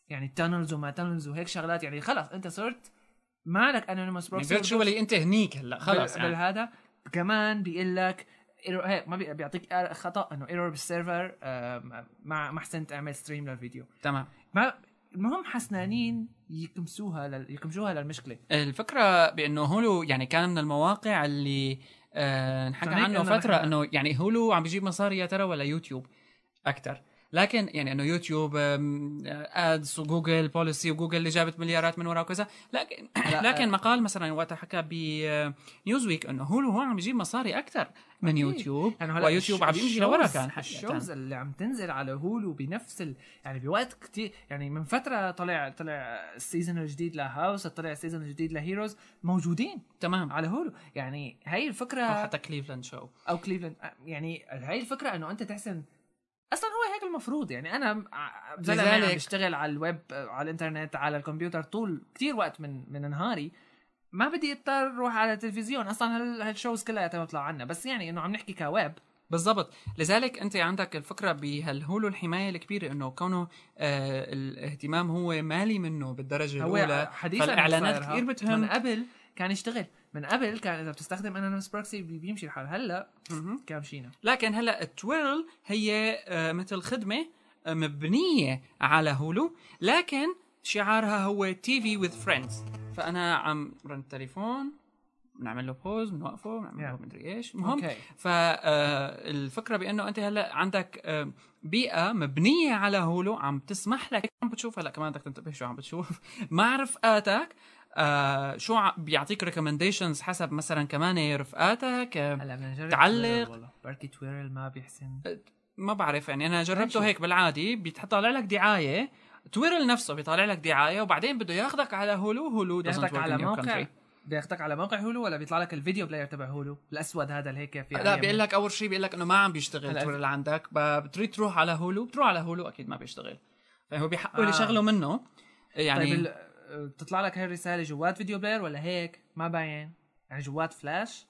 B: يعني تانلز وما تانلز وهيك شغلات يعني خلص انت صرت مالك
A: يعني
B: انونيمس بروكسي
A: فيرتشوالي انت هنيك هلا خلص
B: بال-
A: يعني
B: بالهذا كمان بيقول لك ايرور هيك ما بي- بيعطيك إر- خطا انه ايرور بالسيرفر آم، ما ما احسنت اعمل ستريم للفيديو
A: تمام
B: ما المهم حسنانين يكمسوها لل... يكمشوها للمشكله
A: الفكره بانه هولو يعني كان من المواقع اللي آه نحكى
B: صحيح
A: عنه
B: إنه
A: فتره
B: نحن-
A: انه يعني هولو عم بيجيب مصاري يا ترى ولا يوتيوب اكثر لكن يعني انه يوتيوب آم، آه، ادس وجوجل بوليسي وجوجل اللي جابت مليارات من ورا وكذا لكن
B: لا، آه.
A: لكن مقال مثلا وقتها حكى بنيوز ويك انه هولو هو عم بيجيب مصاري اكثر من
B: أكيد.
A: يوتيوب
B: يعني هلا
A: ويوتيوب
B: الش-
A: عم يمشي لورا
B: الشوز-
A: كان حقيقه
B: الشوز اللي عم تنزل على هولو بنفس ال... يعني بوقت كتير يعني من فتره طلع طلع السيزون الجديد لهاوس طلع السيزون الجديد لهيروز موجودين
A: تمام
B: على هولو يعني هاي الفكره
A: او حتى كليفلاند شو
B: او كليفلاند يعني هاي الفكره انه انت تحسن اصلا هو هيك المفروض يعني انا ع- زلمه عم
A: لذلك-
B: بشتغل على الويب على الانترنت على الكمبيوتر طول كتير وقت من من نهاري ما بدي اضطر اروح على التلفزيون اصلا هال- هالشوز كلها بتطلع عنا بس يعني انه عم نحكي كويب
A: بالضبط لذلك انت عندك الفكره بهالهولو الحمايه الكبيره انه كونه آه الاهتمام هو مالي منه بالدرجه
B: هو
A: الاولى
B: حديثا
A: فالإعلانات
B: صاير ها.
A: كتير بتهم.
B: من قبل كان يشتغل من قبل كان اذا بتستخدم انونيمس بروكسي بيمشي الحال هلا
A: مهم.
B: كام شينا
A: لكن هلا تويرل هي آه مثل خدمه آه، مبنيه على هولو لكن شعارها هو تي في وذ فريندز فانا عم رن التليفون بنعمل له بوز بنوقفه بنعمل له
B: Yeah.
A: مدري ايش المهم
B: اوكي
A: فالفكره بانه انت هلا عندك آه، بيئه مبنيه على هولو عم تسمح لك عم بتشوف هلا كمان بدك تنتبه شو عم بتشوف مع رفقاتك آه شو ع- بيعطيك ريكومنديشنز حسب مثلا كمان رفقاتك آه،
B: هلا بدنا نجرب
A: تعلق.
B: تويرل والله. بركي تويرل ما بيحسن
A: ما بعرف يعني انا جربته
B: ماشي.
A: هيك بالعادي بيطلع لك دعايه تويرل نفسه بيطلع لك دعايه وبعدين بده ياخذك على هولو هولو doesn't
B: بياخدك
A: work
B: على
A: in your
B: موقع
A: country.
B: بياخدك على موقع هولو ولا بيطلع لك الفيديو بلاير تبع هولو الاسود هذا اللي هيك في
A: لا بيقول لك اول شيء بيقول لك انه ما عم بيشتغل
B: هلا-
A: تويرل عندك ب- بتريد تروح على هولو بتروح على هولو اكيد ما بيشتغل فهو بيحقوا لي
B: آه.
A: شغله منه يعني
B: يعني طيب ال- بتطلع لك هاي الرساله جوات فيديو بلاير ولا هيك ما باين يعني جوات فلاش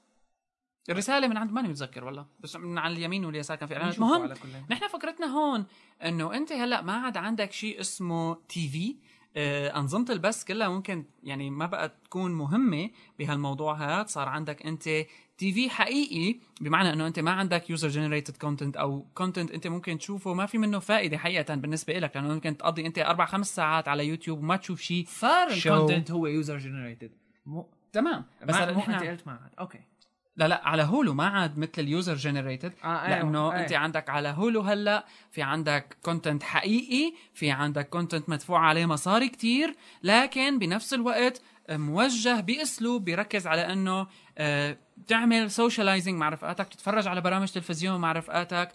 A: الرساله من عند ماني متذكر والله بس من على اليمين واليسار كان في اعلانات
B: بنشوفه
A: المهم
B: على كل حال.
A: نحن فكرتنا هون انه انت هلا ما عاد عندك شيء اسمه تي في آه، أنظمة البث كلها ممكن يعني ما بقى تكون مهمة بهالموضوع هذا صار عندك أنت تي في حقيقي بمعنى أنه أنت ما عندك يوزر جنريتد كونتنت أو كونتنت أنت ممكن تشوفه ما في منه فائدة حقيقة بالنسبة لك لأنه ممكن تقضي أنت أربع خمس ساعات على يوتيوب وما تشوف شيء
B: صار
A: Show.
B: الكونتنت هو يوزر جنريتد مو
A: تمام بس
B: بس
A: هلا
B: مو
A: نحن
B: انت قلت ما عاد اوكي
A: لا لا على هولو ما عاد مثل اليوزر جنريتد
B: آه، أيوة،
A: لانه
B: أيوة.
A: انت عندك على هولو هلا في عندك كونتنت حقيقي في عندك كونتنت مدفوع عليه مصاري كتير لكن بنفس الوقت موجه باسلوب بيركز على انه آه، تعمل سوشيالايزنج مع رفقاتك تتفرج على برامج تلفزيون مع رفقاتك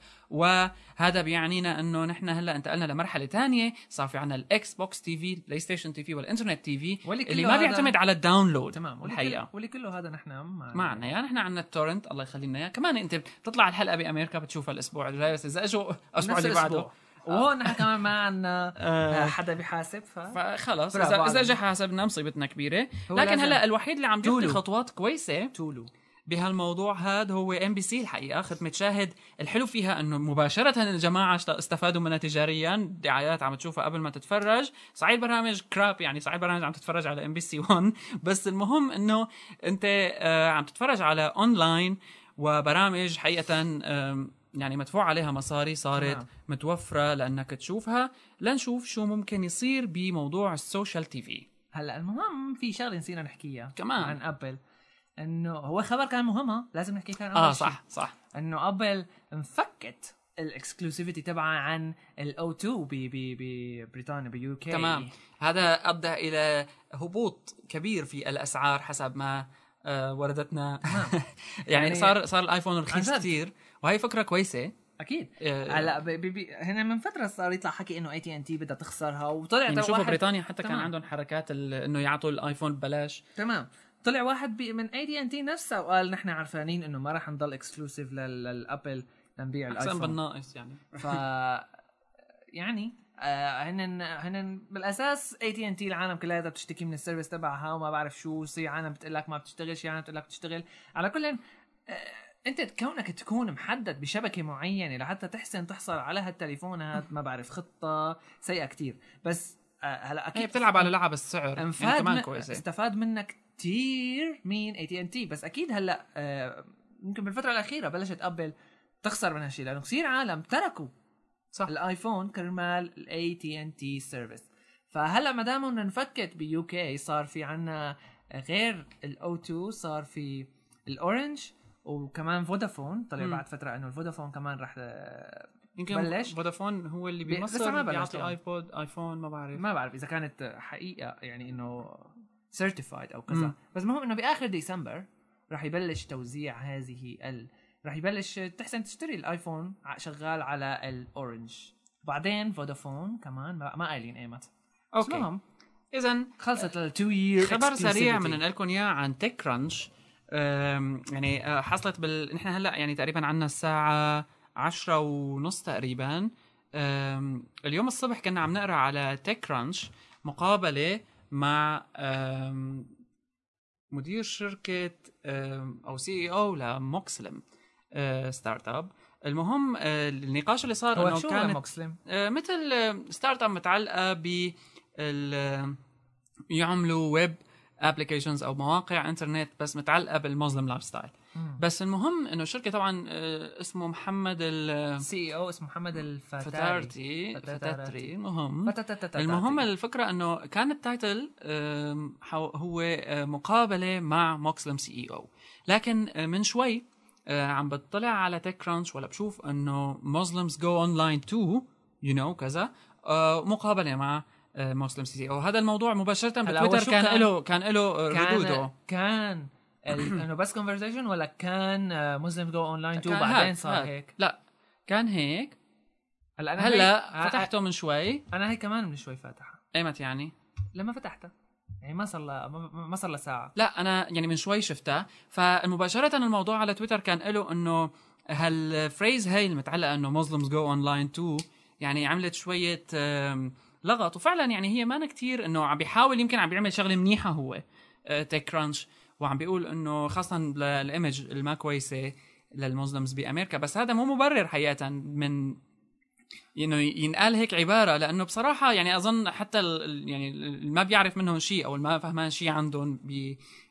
A: وهذا بيعنينا انه نحن هلا انتقلنا لمرحله تانية صار في عندنا الاكس بوكس تي في بلاي ستيشن تي في والانترنت تي في
B: واللي
A: اللي
B: كله
A: ما
B: هذا-
A: بيعتمد على الداونلود
B: تمام واللي
A: الحقيقه
B: كله- واللي كله هذا نحن ما
A: ما عنا اياه يعني نحن عنا التورنت الله يخلينا اياه كمان انت بتطلع الحلقه بامريكا بتشوفها الاسبوع الجاي بس اذا اجوا الاسبوع
B: نفس
A: اللي بعده
B: الاسبوع وهون نحن كمان ما عنا
A: آه.
B: آه، حدا بيحاسب ف
A: فخلص
B: برافو
A: اذا
B: عليك.
A: اذا اجى حسبنا مصيبتنا كبيره
B: هو
A: لكن
B: لازم-
A: هلا الوحيد اللي عم بيخطي
B: تولو.
A: خطوات كويسه
B: تولو
A: بهالموضوع هاد هو ام بي سي الحقيقه خدمه شاهد الحلو فيها انه مباشره الجماعه اشت- استفادوا منها تجاريا دعايات عم تشوفها قبل ما تتفرج صحيح البرنامج كراب يعني صحيح البرنامج عم تتفرج على ام بي سي 1 بس المهم انه انت آه، عم تتفرج على اونلاين وبرامج حقيقه آم، يعني مدفوع عليها مصاري صارت
B: تمام.
A: متوفره لانك تشوفها لنشوف شو ممكن يصير بموضوع السوشيال تي في
B: هلا المهم في شغله نسينا نحكيها
A: كمان.
B: عن ابل انه هو خبر كان مهم ها لازم نحكي كان
A: اه
B: أول شيء.
A: صح صح
B: انه ابل انفكت الاكسكلوسيفيتي تبعها عن الاو 2 ببريطانيا بيو كي
A: تمام إيه. هذا ادى الى هبوط كبير في الاسعار حسب ما آه، وردتنا يعني
B: يعني
A: صار صار الايفون رخيص
B: عن جد.
A: كثير وهي فكره كويسه
B: اكيد
A: آه،
B: هلا ب- ب- ب- هنا من فتره صار يطلع حكي انه اي تي ان تي بدها تخسرها وطلع
A: يعني
B: تو
A: شوفوا
B: واحد-
A: بريطانيا حتى كان
B: تمام.
A: عندهم حركات ال- انه يعطوا الايفون ببلاش
B: تمام طلع واحد بي من اي تي ان تي نفسه وقال نحن عرفانين انه ما راح نضل اكسكلوسيف للابل لنبيع
A: احسن
B: الايفون
A: بالناقص يعني
B: ف يعني آه، هنن هنن بالاساس اي تي ان تي العالم كلها بتشتكي من السيرفيس تبعها وما بعرف شو في عالم بتقول لك ما بتشتغل شي عالم بتقول لك بتشتغل على كل آه، انت كونك تكون محدد بشبكه معينه لحتى تحسن تحصل على هالتليفون هاد ما بعرف خطه سيئه كتير بس آه، هلا
A: هي
B: اكيد
A: بتلعب على لعب السعر يعني
B: انفاد
A: كمان
B: من-
A: كويسه
B: استفاد منك كتير من اي تي ان تي بس اكيد هلا آه، يمكن بالفتره الاخيره بلشت ابل تخسر من هالشيء لانه كثير عالم تركوا
A: صح.
B: الايفون كرمال الاي تي ان تي سيرفيس فهلا ما دام إنه انفكت بيو كي صار في عنا غير الاو 2 صار في الاورنج وكمان فودافون طلع
A: مم.
B: بعد فتره انه الفودافون كمان راح آه،
A: يمكن
B: بلش.
A: فودافون هو اللي
B: بي- لسه
A: بمصر
B: ما بلش
A: بيعطي
B: يعني.
A: ايبود ايفون ما بعرف
B: ما بعرف اذا كانت حقيقه يعني انه سيرتيفايد او
A: مم.
B: كذا بس المهم انه باخر ديسمبر راح يبلش توزيع هذه ال راح يبلش تحسن تشتري الايفون ع- شغال على الاورنج بعدين فودافون كمان ما, ما قايلين ايمت بس
A: اوكي
B: المهم
A: اذا
B: خلصت ال 2 يير
A: خبر سريع من لكم اياه عن تيك كرانش أم، يعني أه، حصلت بال نحن هلا يعني تقريبا عنا الساعه عشرة ونص تقريبا أم، اليوم الصبح كنا عم نقرا على تيك كرانش مقابله مع أم، مدير شركه أم، او سي اي او لموكسلم أه، ستارت اب المهم أه، النقاش اللي صار
B: هو
A: انه
B: شو
A: كانت
B: كان مسلم
A: آه، مثل آه، ستارت اب متعلقه ب ال- آه، يعملوا ويب ابلكيشنز او مواقع انترنت بس متعلقه بالمسلم لايف ستايل
B: مم.
A: بس المهم انه الشركه طبعا آه، اسمه محمد ال- آه،
B: سي اي او اسمه محمد الفتاري
A: فتارتي
B: فتاتاري.
A: فتاتري المهم
B: فتاتاتاتاتي.
A: المهم الفكره انه كان التايتل آم، حو- هو آه، مقابله مع موكسلم سي اي او لكن آه، من شوي آه، عم بطلع على تك كرانش ولا بشوف انه Muslims go online too you know كذا آه، مقابله مع مسلم سي او هذا الموضوع مباشره
B: هلا هو
A: بتويتر
B: شو
A: كان
B: كان؟
A: له كان له ردوده
B: كان كان ال- انه بس كونفرزيشن ولا كان مسلم جو اونلاين تو
A: كان
B: بعدين
A: هاد-
B: صار
A: هاد.
B: هيك
A: لا كان هيك
B: هلا انا
A: هلا
B: هي-
A: فتحته من شوي
B: انا هي كمان من شوي فاتحه
A: ايمت يعني
B: لما فتحتها يعني ما صار لها ما- ما ما صار لها ساعه
A: لا انا يعني من شوي شفتها فمباشره الموضوع على تويتر كان له انه هالفريز هاي المتعلقه انه Muslims go online too يعني عملت شويه آم، لغط وفعلا يعني هي ما كتير انه عم بيحاول يمكن عم بيعمل شغله منيحه هو تيك كرانش وعم بيقول انه خاصه للايمج الما كويسه للمسلمز بامريكا بس هذا مو مبرر حقيقه من انه ينقال هيك عباره لانه بصراحه يعني اظن حتى ال- ال- يعني اللي ما بيعرف منهم شيء او اللي ما فهمان شيء عندهم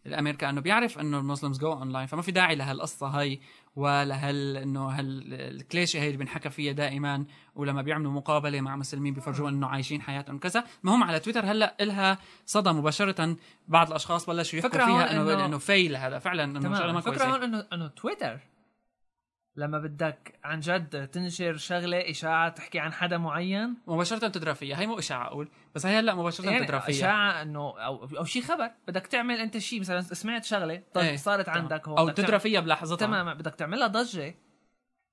A: بالامريكا انه بيعرف انه المسلمز جو اونلاين فما في داعي لهالقصه هاي ولهال انه هالكليشه هي اللي بنحكى فيها دائما ولما بيعملوا مقابله مع مسلمين بيفرجوا انه عايشين حياتهم كذا المهم على تويتر هلا الها صدى مباشره بعض الاشخاص بلشوا يحكوا
B: فكرة هون
A: فيها انه
B: إنه-
A: انه فيل هذا فعلا انه شغله
B: تمام
A: ما
B: الفكره
A: كويسه
B: هون انه انه تويتر لما بدك عن جد تنشر شغله اشاعه تحكي عن حدا معين
A: مباشره تدرى فيها هي مو اشاعه اقول بس هي هلا مباشره تدرى
B: يعني
A: فيها
B: اشاعه انه او او شيء خبر بدك تعمل انت شيء مثلا سمعت شغله طيب
A: إيه،
B: صارت
A: تمام.
B: عندك هون
A: او
B: بدك
A: تدرى
B: تعمل-
A: فيها بلحظتها
B: تماما بدك تعملها ضجه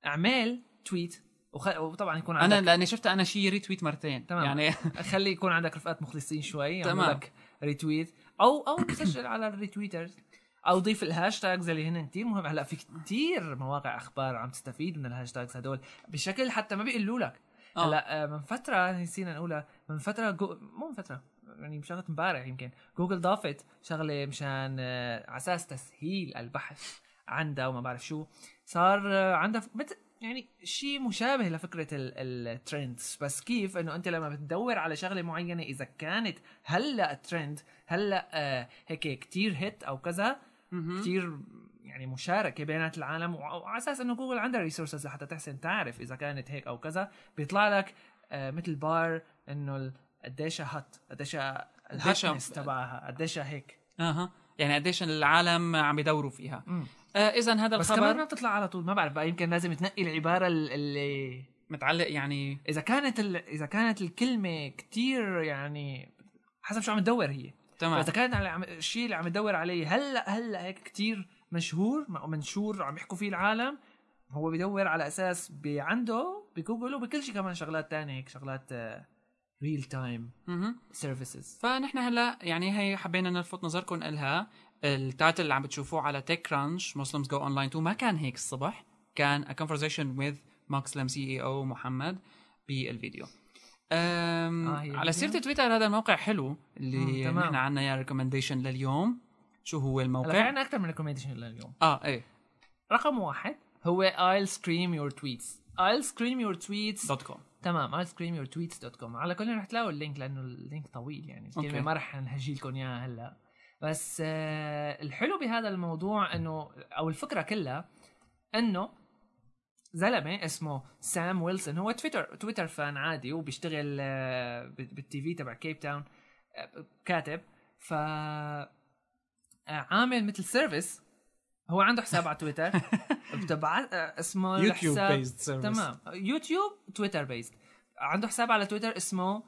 B: اعمل تويت وخ... وطبعا يكون عندك
A: انا لاني شفت انا شي ريتويت مرتين
B: تمام.
A: يعني
B: خلي يكون عندك رفقات مخلصين شوي يعملوا
A: تمام.
B: لك ريتويت او او سجل على الريتويترز او ضيف الهاشتاجز اللي هن كثير مهم هلا في كثير مواقع اخبار عم تستفيد من الهاشتاجز هدول بشكل حتى ما بيقولوا لك
A: آه.
B: هلا آه، من فتره نسينا نقولها من فتره جو... مو من فتره يعني بشغله امبارح يمكن جوجل ضافت شغله مشان آه، على اساس تسهيل البحث عندها وما بعرف شو صار آه، عندها ف- مثل يعني شيء مشابه لفكره الترندز بس كيف انه انت لما بتدور على شغله معينه اذا كانت هلا ترند هلا آه، هيك كتير هيت او كذا
A: مهم.
B: كتير يعني مشاركه بينات العالم وع- وعلى اساس انه جوجل عندها ريسورسز لحتى تحسن تعرف اذا كانت هيك او كذا بيطلع لك آه، مثل بار انه ال- قديش هات قديش
A: قديش-
B: الهاتنس تبعها قديش هيك
A: اها يعني قديش العالم عم بيدوروا فيها آه اذا هذا
B: بس كمان
A: الخبر
B: ما بتطلع على طول ما بعرف بقى يمكن لازم تنقي العباره ال- اللي
A: متعلق يعني
B: اذا كانت ال... اذا كانت الكلمه كتير يعني حسب شو عم تدور هي
A: تمام
B: فاذا كان على عم... الشيء اللي عم تدور عليه هلا هلا هيك كتير مشهور م- منشور عم يحكوا فيه العالم هو بدور على اساس بعنده بجوجل وبكل شيء كمان شغلات تانية هيك شغلات آه، ريل تايم
A: مهم.
B: سيرفيسز
A: فنحن هلا يعني هي حبينا نلفت نظركم إلها التايتل اللي عم بتشوفوه على تيك كرانش مسلمز جو اونلاين 2 ما كان هيك الصبح كان a conversation with مسلم سي اي او E محمد بالفيديو أم
B: آه، هي
A: على
B: الفيديو؟
A: سيرة تويتر هذا الموقع حلو
B: مم،
A: اللي
B: تمام.
A: نحن عنا يا ريكومنديشن لليوم شو هو
B: هلا في
A: الموقع؟
B: عنا اكثر من ريكومنديشن لليوم
A: اه ايه
B: رقم واحد هو I'll scream your tweets I'll scream your tweets
A: دوت كوم
B: تمام icecreamyourtweets.com على كل رح تلاقوا اللينك لانه اللينك طويل يعني الكلمه
A: أوكي.
B: ما رح نهجي لكم اياها هلا بس آه الحلو بهذا الموضوع انه او الفكره كلها انه زلمه اسمه سام ويلسون هو تويتر تويتر فان عادي وبيشتغل آه بالتي في تبع كيب تاون آه كاتب ف آه، عامل مثل سيرفيس هو عنده حساب على تويتر بتبعت آه، اسمه
A: يوتيوب
B: الحساب-
A: based service.
B: تمام يوتيوب تويتر بيست عنده حساب على تويتر اسمه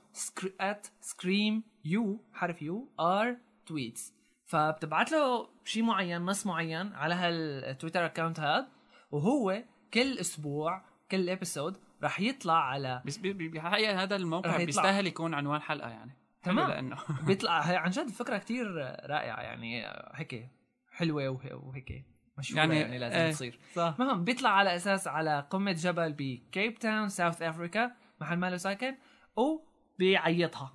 B: at scream يو حرف يو ار تويتس فبتبعت له شيء معين نص معين على هالتويتر اكونت هاد وهو كل اسبوع كل ابيسود رح يطلع على
A: بس بي- بي- بحقيقة هذا
B: رح
A: الموقع
B: يطلع.
A: بيستاهل يكون عنوان حلقة يعني حلو
B: تمام.
A: لانه
B: بيطلع هي عن جد فكره كتير رائعه يعني هيك حلوه وه- وهيك مشهوره يعني,
A: يعني-
B: يعني لازم
A: إيه.
B: تصير
A: صح
B: المهم بيطلع على اساس على قمه جبل بكيب تاون ساوث افريكا محل ما له ساكن وبيعيطها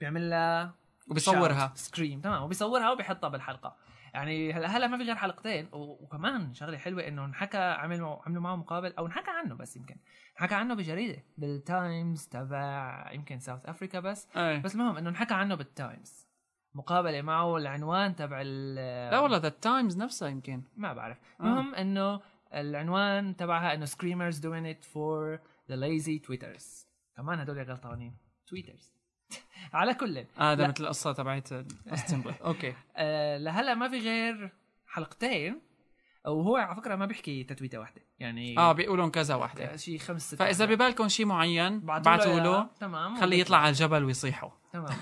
B: بيعمل لها
A: وبصورها
B: سكريم تمام وبيصورها وبيحطها بالحلقه يعني هلا هلا ما في غير حلقتين و- وكمان شغله حلوه انه انحكى عملوا عملوا معه مقابل او انحكى عنه بس يمكن انحكى عنه بجريده بالتايمز تبع يمكن ساوث افريكا بس
A: ايه
B: بس المهم انه انحكى عنه بالتايمز مقابله معه العنوان تبع ال-
A: لا والله ذا تايمز نفسها يمكن
B: ما بعرف
A: آه.
B: المهم انه العنوان تبعها انه screamers doing it for the lazy tweeters كمان هدول غلطانين tweeters على كل
A: اه هذا
B: لا.
A: مثل القصه تبعت استنبول اوكي
B: آه لهلا ما في غير حلقتين وهو على فكره ما بيحكي تتويته واحده يعني
A: اه بيقولون كذا وحده
B: شيء خمس ست
A: فاذا ببالكم شيء معين
B: بعتوا
A: بعتوا له
B: إياها. تمام
A: خليه يطلع على الجبل ويصيحوا
B: تمام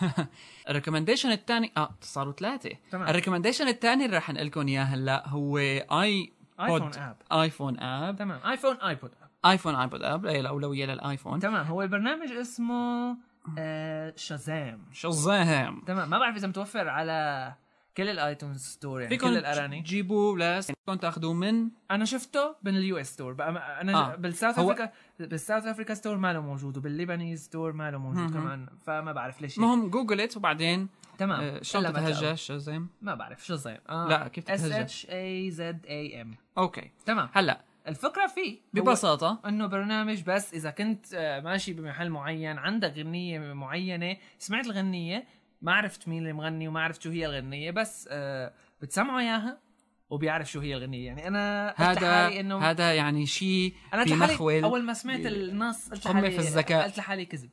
A: الريكومنديشن الثاني اه صاروا ثلاثه
B: تمام.
A: الريكومنديشن الثاني اللي رح نقلكم اياه هلا هو اي
B: ايفون اب
A: ايفون اب
B: تمام ايفون ايبود اب
A: ايفون ايبود اب هي الاولويه للايفون
B: تمام هو البرنامج اسمه آه شازام
A: شظام
B: تمام ما بعرف اذا متوفر على كل الايتونز ستور يعني كل
A: فيكم
B: الاراني
A: تجيبوه لس فيكم تاخذوه من
B: انا شفته من اليو اس ستور بقى ما- انا
A: آه.
B: آه. بالساوث
A: هو-
B: افريكا بالساوث افريكا ستور ما له موجود وبالليبانيز ستور ما له موجود
A: مهم.
B: كمان فما بعرف ليش هيك.
A: المهم جوجلت وبعدين
B: تمام
A: آه، شلون
B: إلا ما
A: تتهجى
B: تلاقوا.
A: شظام
B: ما بعرف شو صاير آه.
A: لا، كيف
B: اس
A: تتهجى؟
B: اتش اي زد اي ام
A: اوكي
B: تمام
A: هلا
B: الفكره فيه هو
A: ببساطه
B: انه برنامج بس اذا كنت آه، ماشي بمحل معين عندك غنيه معينه سمعت الغنيه ما عرفت مين اللي مغني وما عرفت شو هي الغنيه بس آه، بتسمعوا اياها وبيعرف شو هي الغنيه يعني انا قلت
A: هذا
B: لحالي انه
A: هذا يعني شيء
B: انا
A: في
B: قلت لحالي
A: مخول
B: اول ما سمعت النص قلت
A: قمة
B: لحالي
A: في الذكاء.
B: قلت لحالي كذب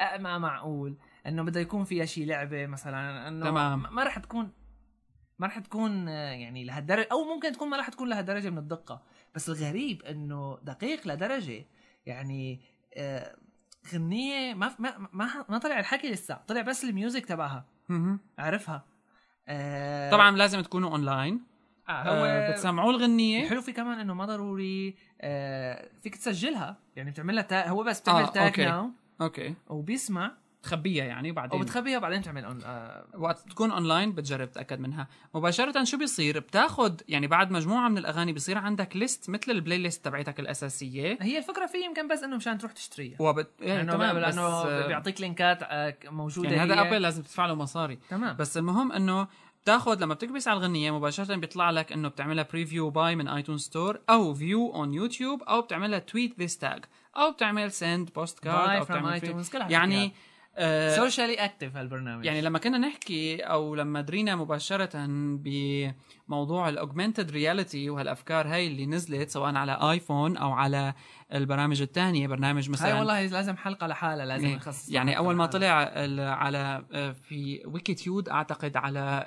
B: أه، ما معقول انه بده يكون فيها شي لعبه مثلا انه
A: تمام.
B: ما- ما راح تكون ما راح تكون آه، يعني لهالدرجه او ممكن تكون ما راح تكون لهالدرجه من الدقه بس الغريب انه دقيق لدرجه يعني آه، غنيه ما ما ما, ما طلع الحكي لسه طلع بس الميوزك تبعها
A: مهم.
B: عرفها آه،
A: طبعا لازم تكونوا اونلاين
B: آه
A: آه،
B: هو
A: بتسمعوا الغنيه
B: الحلو فيه كمان انه ما ضروري آه فيك تسجلها يعني بتعملها تا... هو بس بتعمل
A: آه،
B: آه تاج
A: أوكي.
B: ناو
A: اوكي
B: وبيسمع
A: تخبيها يعني
B: او
A: بعدين
B: بتخبيها وبعدين تعمل اون آه
A: وقت تكون اونلاين بتجرب تتاكد منها مباشره شو بيصير بتاخد يعني بعد مجموعه من الاغاني بيصير عندك ليست مثل البلاي ليست تبعتك الاساسيه
B: هي الفكره فيه يمكن بس انه مشان تروح تشتريها
A: وبت... يعني
B: لانه
A: تمام بس
B: لانه
A: آه،
B: بيعطيك لينكات آه ك- موجوده
A: يعني هذا
B: هي.
A: ابل لازم تدفع له مصاري
B: تمام بس
A: بس المهم انه بتاخذ لما بتكبس على الغنيه مباشره بيطلع لك انه بتعملها بريفيو باي من ايتون ستور او فيو اون يوتيوب او بتعملها تويت ذيس تاج او بتعمل سند بوست كارد
B: باي
A: او
B: فروم
A: بتعمل
B: ايتونز
A: tweet.
B: كلها
A: يعني آه،
B: سوشيالي اكتف هالبرنامج
A: يعني لما كنا نحكي او لما درينا مباشره بموضوع الاوجمانتد رياليتي وهالافكار هاي اللي نزلت سواء على ايفون او على البرامج الثانيه برنامج مثلا
B: هاي والله لازم حلقه لحالها لازم
A: إيه،
B: نخصص
A: يعني
B: حلقة
A: اول ما
B: لحالها.
A: طلع ال- على آه، في ويكي تيود اعتقد على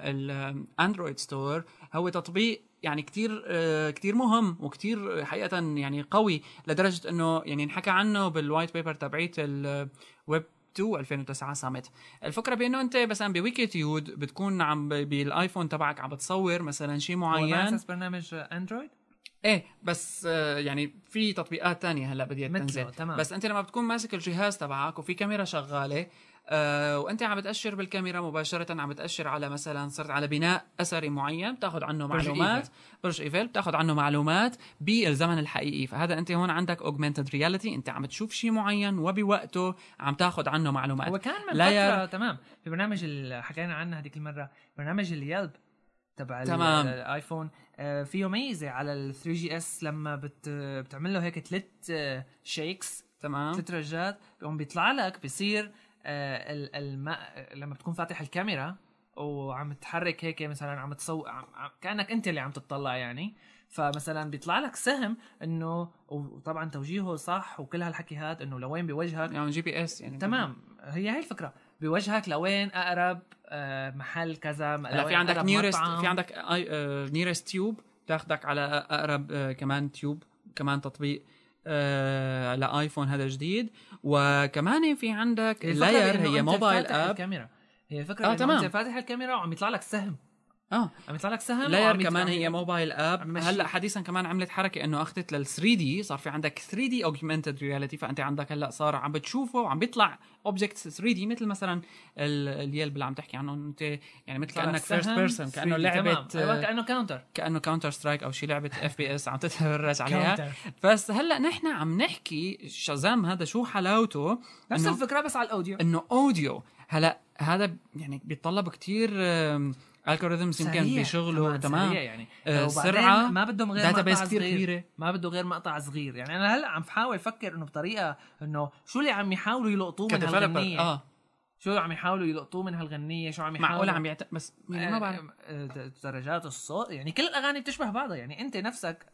A: الاندرويد ستور هو تطبيق يعني كتير آه، كتير مهم وكتير حقيقة يعني قوي لدرجة انه يعني انحكى عنه بالوايت بيبر تبعيت الويب 2 2009 سامت الفكرة بانه انت مثلا بويكي تيود بتكون عم ب- بالايفون تبعك عم بتصور مثلا شيء
B: هو ما
A: معين
B: أساس برنامج آه، اندرويد
A: ايه بس آه، يعني في تطبيقات تانية هلا بديت
B: مثله،
A: تنزل
B: تمام.
A: بس انت لما بتكون ماسك الجهاز تبعك وفي كاميرا شغاله آه وانت عم بتاشر بالكاميرا مباشره عم بتاشر على مثلا صرت على بناء اثري معين بتاخذ عنه
B: برج
A: معلومات برج ايفل بتاخذ عنه معلومات بالزمن الحقيقي فهذا انت هون عندك اوجمانتد رياليتي انت عم تشوف شيء معين وبوقته عم تاخذ عنه معلومات
B: هو كان من
A: لا
B: فتره
A: يا-
B: تمام في برنامج اللي حكينا عنه هذيك المره برنامج اليلب تبع ال-
A: تمام.
B: الايفون آه، فيه ميزه على ال 3 جي اس لما بت بتعمل له هيك ثلاث شيكس
A: تمام
B: ثلاث رجات بيقوم بيطلع لك بيصير آه، ال- الماء لما بتكون فاتح الكاميرا وعم تحرك هيك مثلا عم تصو عم... عم... كانك انت اللي عم تطلع يعني فمثلا بيطلع لك سهم انه وطبعا توجيهه صح وكل هالحكي هاد انه لوين بيوجهك
A: يعني جي بي اس يعني
B: تمام هي هي الفكره بوجهك لوين اقرب آه، محل كذا
A: هلا في
B: لوين
A: عندك
B: أقرب
A: نيرست
B: مطعم.
A: في عندك آه، نيرست تيوب بتاخدك على اقرب آه، كمان تيوب كمان تطبيق آه لايفون هذا جديد وكمان في عندك
B: الفكرة
A: لاير
B: بإنه
A: هي
B: أنت
A: موبايل
B: فاتح
A: اب
B: الكاميرا هي الفكره
A: آه،
B: آه
A: تمام.
B: تمام انت فاتح الكاميرا وعم يطلع لك سهم
A: اه
B: عم يطلع لك سهم
A: لاير
B: وعم يط-
A: كمان
B: عم-
A: هي موبايل اب
B: عم يمشي.
A: هلا حديثا كمان عملت حركه انه اخذت لل 3 دي صار في عندك 3 دي اوجمانتد رياليتي فانت عندك هلا صار عم بتشوفه وعم بيطلع اوبجكتس 3 دي مثل مثلا ال- اليلب اللي عم تحكي عنه انت يعني مثل
B: يطلع لك
A: كانك فيرست
B: سهم
A: بيرسون
B: 3D
A: كانه لعبه
B: تمام.
A: آه،
B: أيوة، كانه كاونتر
A: كانه كاونتر سترايك او شي لعبه اف بي اس عم تتفرج عليها بس هلا نحن عم نحكي شازام هذا شو حلاوته
B: نفس
A: إنه-
B: الفكره بس على الاوديو
A: انه اوديو هلا هذا يعني بيتطلب كتير الجوريثمز يمكن
B: سريع.
A: بشغله
B: سريع
A: تمام
B: يعني
A: آه،
B: وبعدين
A: سرعة،
B: ما بدهم غير
A: داتا
B: مقطع
A: بيس كثير
B: صغير.
A: كبيره
B: ما بده غير مقطع صغير يعني انا هلا عم بحاول افكر انه بطريقه انه شو اللي عم يحاولوا يلقطوه من
A: كديفلوبر
B: هالغنيه
A: اه
B: شو عم يحاولوا يلقطوه من هالغنيه شو عم يحاولوا
A: معقول عم يعت... بس يعني ما بعرف
B: آه، آه، درجات الصوت يعني كل الاغاني بتشبه بعضها يعني انت نفسك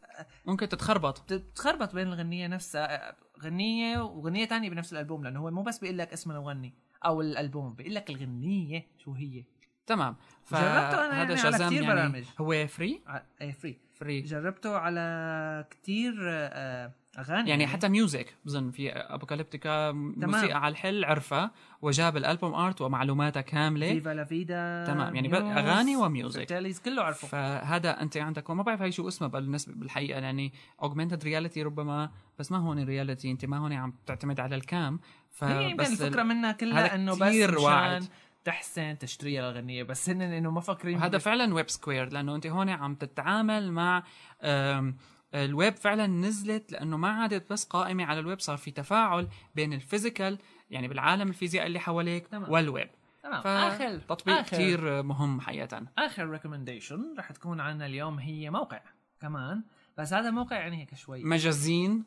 A: ممكن تتخربط
B: بتتخربط بين الغنيه نفسها آه، غنيه وغنيه تانية بنفس الالبوم لانه هو مو بس بيقول لك اسم المغني او الالبوم بيقول لك الغنيه شو هي
A: تمام
B: جربته أنا
A: فهذا
B: يعني على
A: شازام
B: كتير
A: يعني
B: برامج.
A: هو فري
B: ايه فري
A: فري
B: جربته على كتير آه، اغاني
A: يعني حتى ميوزك بظن في ابوكاليبتيكا موسيقى على الحل عرفها وجاب الالبوم ارت ومعلوماتها كامله
B: فيفا لا فيدا
A: تمام، يعني
B: آه،
A: بقى أغاني وميوزك.
B: فيرتاليز كله عرفه
A: فهذا انت عندك وما بعرف هي شو اسمها بالنسبه بالحقيقه يعني اوجمانتد رياليتي ربما بس ما هون رياليتي انت ما هون عم تعتمد على الكام
B: هي يمكن
A: فبس
B: الفكره
A: ال-
B: منها
A: هذا
B: كلها انه بس
A: كتير واعد.
B: مشان تحسن تشتريها الغنيه بس هن انه ما فاكرين
A: هذا
B: هذا
A: فعلا ويب سكوير لانه انت هون عم تتعامل مع أم، الويب فعلا نزلت لانه ما عادت بس قائمه على الويب صار في تفاعل بين الفيزيكال يعني بالعالم الفيزياء اللي حواليك
B: تمام.
A: والويب
B: تمام اخر
A: فتطبيق
B: آخر.
A: كثير مهم حقيقه
B: اخر ريكومنديشن رح تكون عنا اليوم هي موقع كمان بس هذا موقع يعني هيك شوي
A: مجازين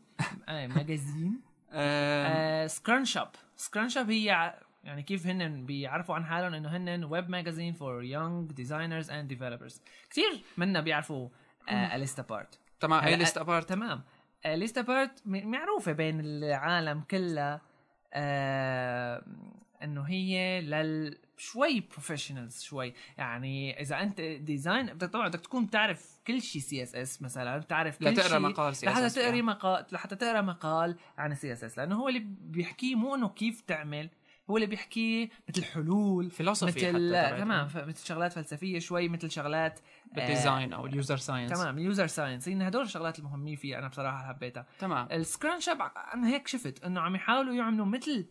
B: آه، ماجازين
A: أم،
B: آه، سكران شوب سكران شوب هي ع- يعني كيف هن بيعرفوا عن حالهم انه هن ويب ماجازين فور يونج ديزاينرز اند ديفلوبرز كثير منا بيعرفوا آه، اليستا بارت
A: تمام
B: هلا-
A: اي ليست ابارت
B: تمام آه، ليستا بارت م- معروفه بين العالم كلها آه، انه هي لل شوي بروفيشنالز شوي يعني اذا انت ديزاين بدك طبعا بدك تكون تعرف كل شيء سي اس اس مثلا بتعرف كل
A: لتقرا
B: شي-
A: مقال CSS
B: لحتى
A: فيها.
B: تقري مقال لحتى تقرا مقال عن السي اس اس لانه هو اللي بيحكيه مو انه كيف تعمل هو اللي بيحكيه مثل حلول
A: فيلوسفي
B: مثل
A: حتى تبعت-
B: تمام ف- مثل شغلات فلسفيه شوي مثل شغلات آه،
A: بالديزاين او اليوزر ساينس
B: تمام يوزر ساينس هن هدول الشغلات المهمين فيه انا بصراحه حبيتها
A: تمام
B: السكران شاب انا هيك شفت انه عم يحاولوا يعملوا مثل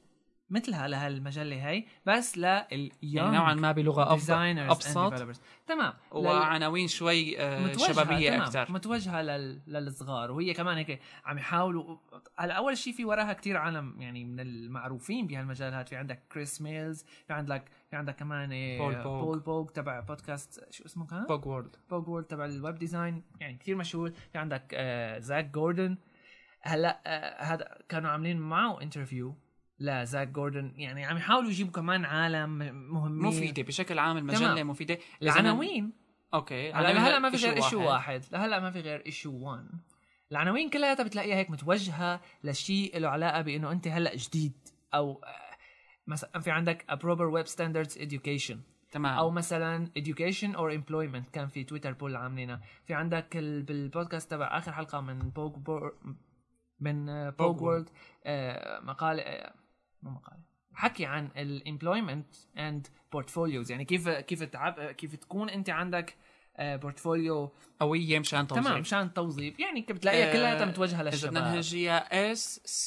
B: مثلها لهالمجله هي بس لل
A: يعني نوعا ما بلغه افضل
B: ديزاينرز
A: ابسط
B: تمام لل-
A: وعناوين شوي آه،
B: متوجهة،
A: شبابيه
B: تمام،
A: اكثر
B: متوجهه لل... للصغار وهي كمان هيك عم يحاولوا على اول شيء في وراها كتير عالم يعني من المعروفين بهالمجال هاد في عندك كريس ميلز في عندك في عندك كمان إيه،
A: بول بوغ.
B: بول بوغ تبع بودكاست شو اسمه كان؟
A: بوج وورد
B: بوج وورد تبع الويب ديزاين يعني كثير مشهور في عندك آه زاك جوردن هلا آه هذا كانوا عاملين معه انترفيو لزاك جوردن يعني عم يحاولوا يجيبوا كمان عالم مهمين
A: مفيده بشكل عام المجله
B: تمام.
A: مفيده لزمن-
B: العناوين
A: اوكي
B: هلا لهلا ما في
A: issue
B: غير ايشو واحد لهلا ما في غير ايشو 1 العناوين كلها بتلاقيها هيك متوجهه لشيء له علاقه بانه انت هلا جديد او آه، مثلا في عندك a proper web standards education
A: تمام
B: او مثلا education or employment كان في تويتر بول عاملينها في عندك ال... بالبودكاست تبع اخر حلقه من بوك بور من آه، بوك
A: بوك
B: وورلد آه، مقال آه، مو مقال حكي عن الامبلويمنت اند بورتفوليوز يعني كيف كيف تعب كيف تكون انت عندك بورتفوليو
A: قويه مشان توصيل
B: تمام مشان توظيف يعني
A: آه،
B: بتلاقيها كلها متوجهه
A: اذا
B: للشباب
A: بدنا نهجيها s c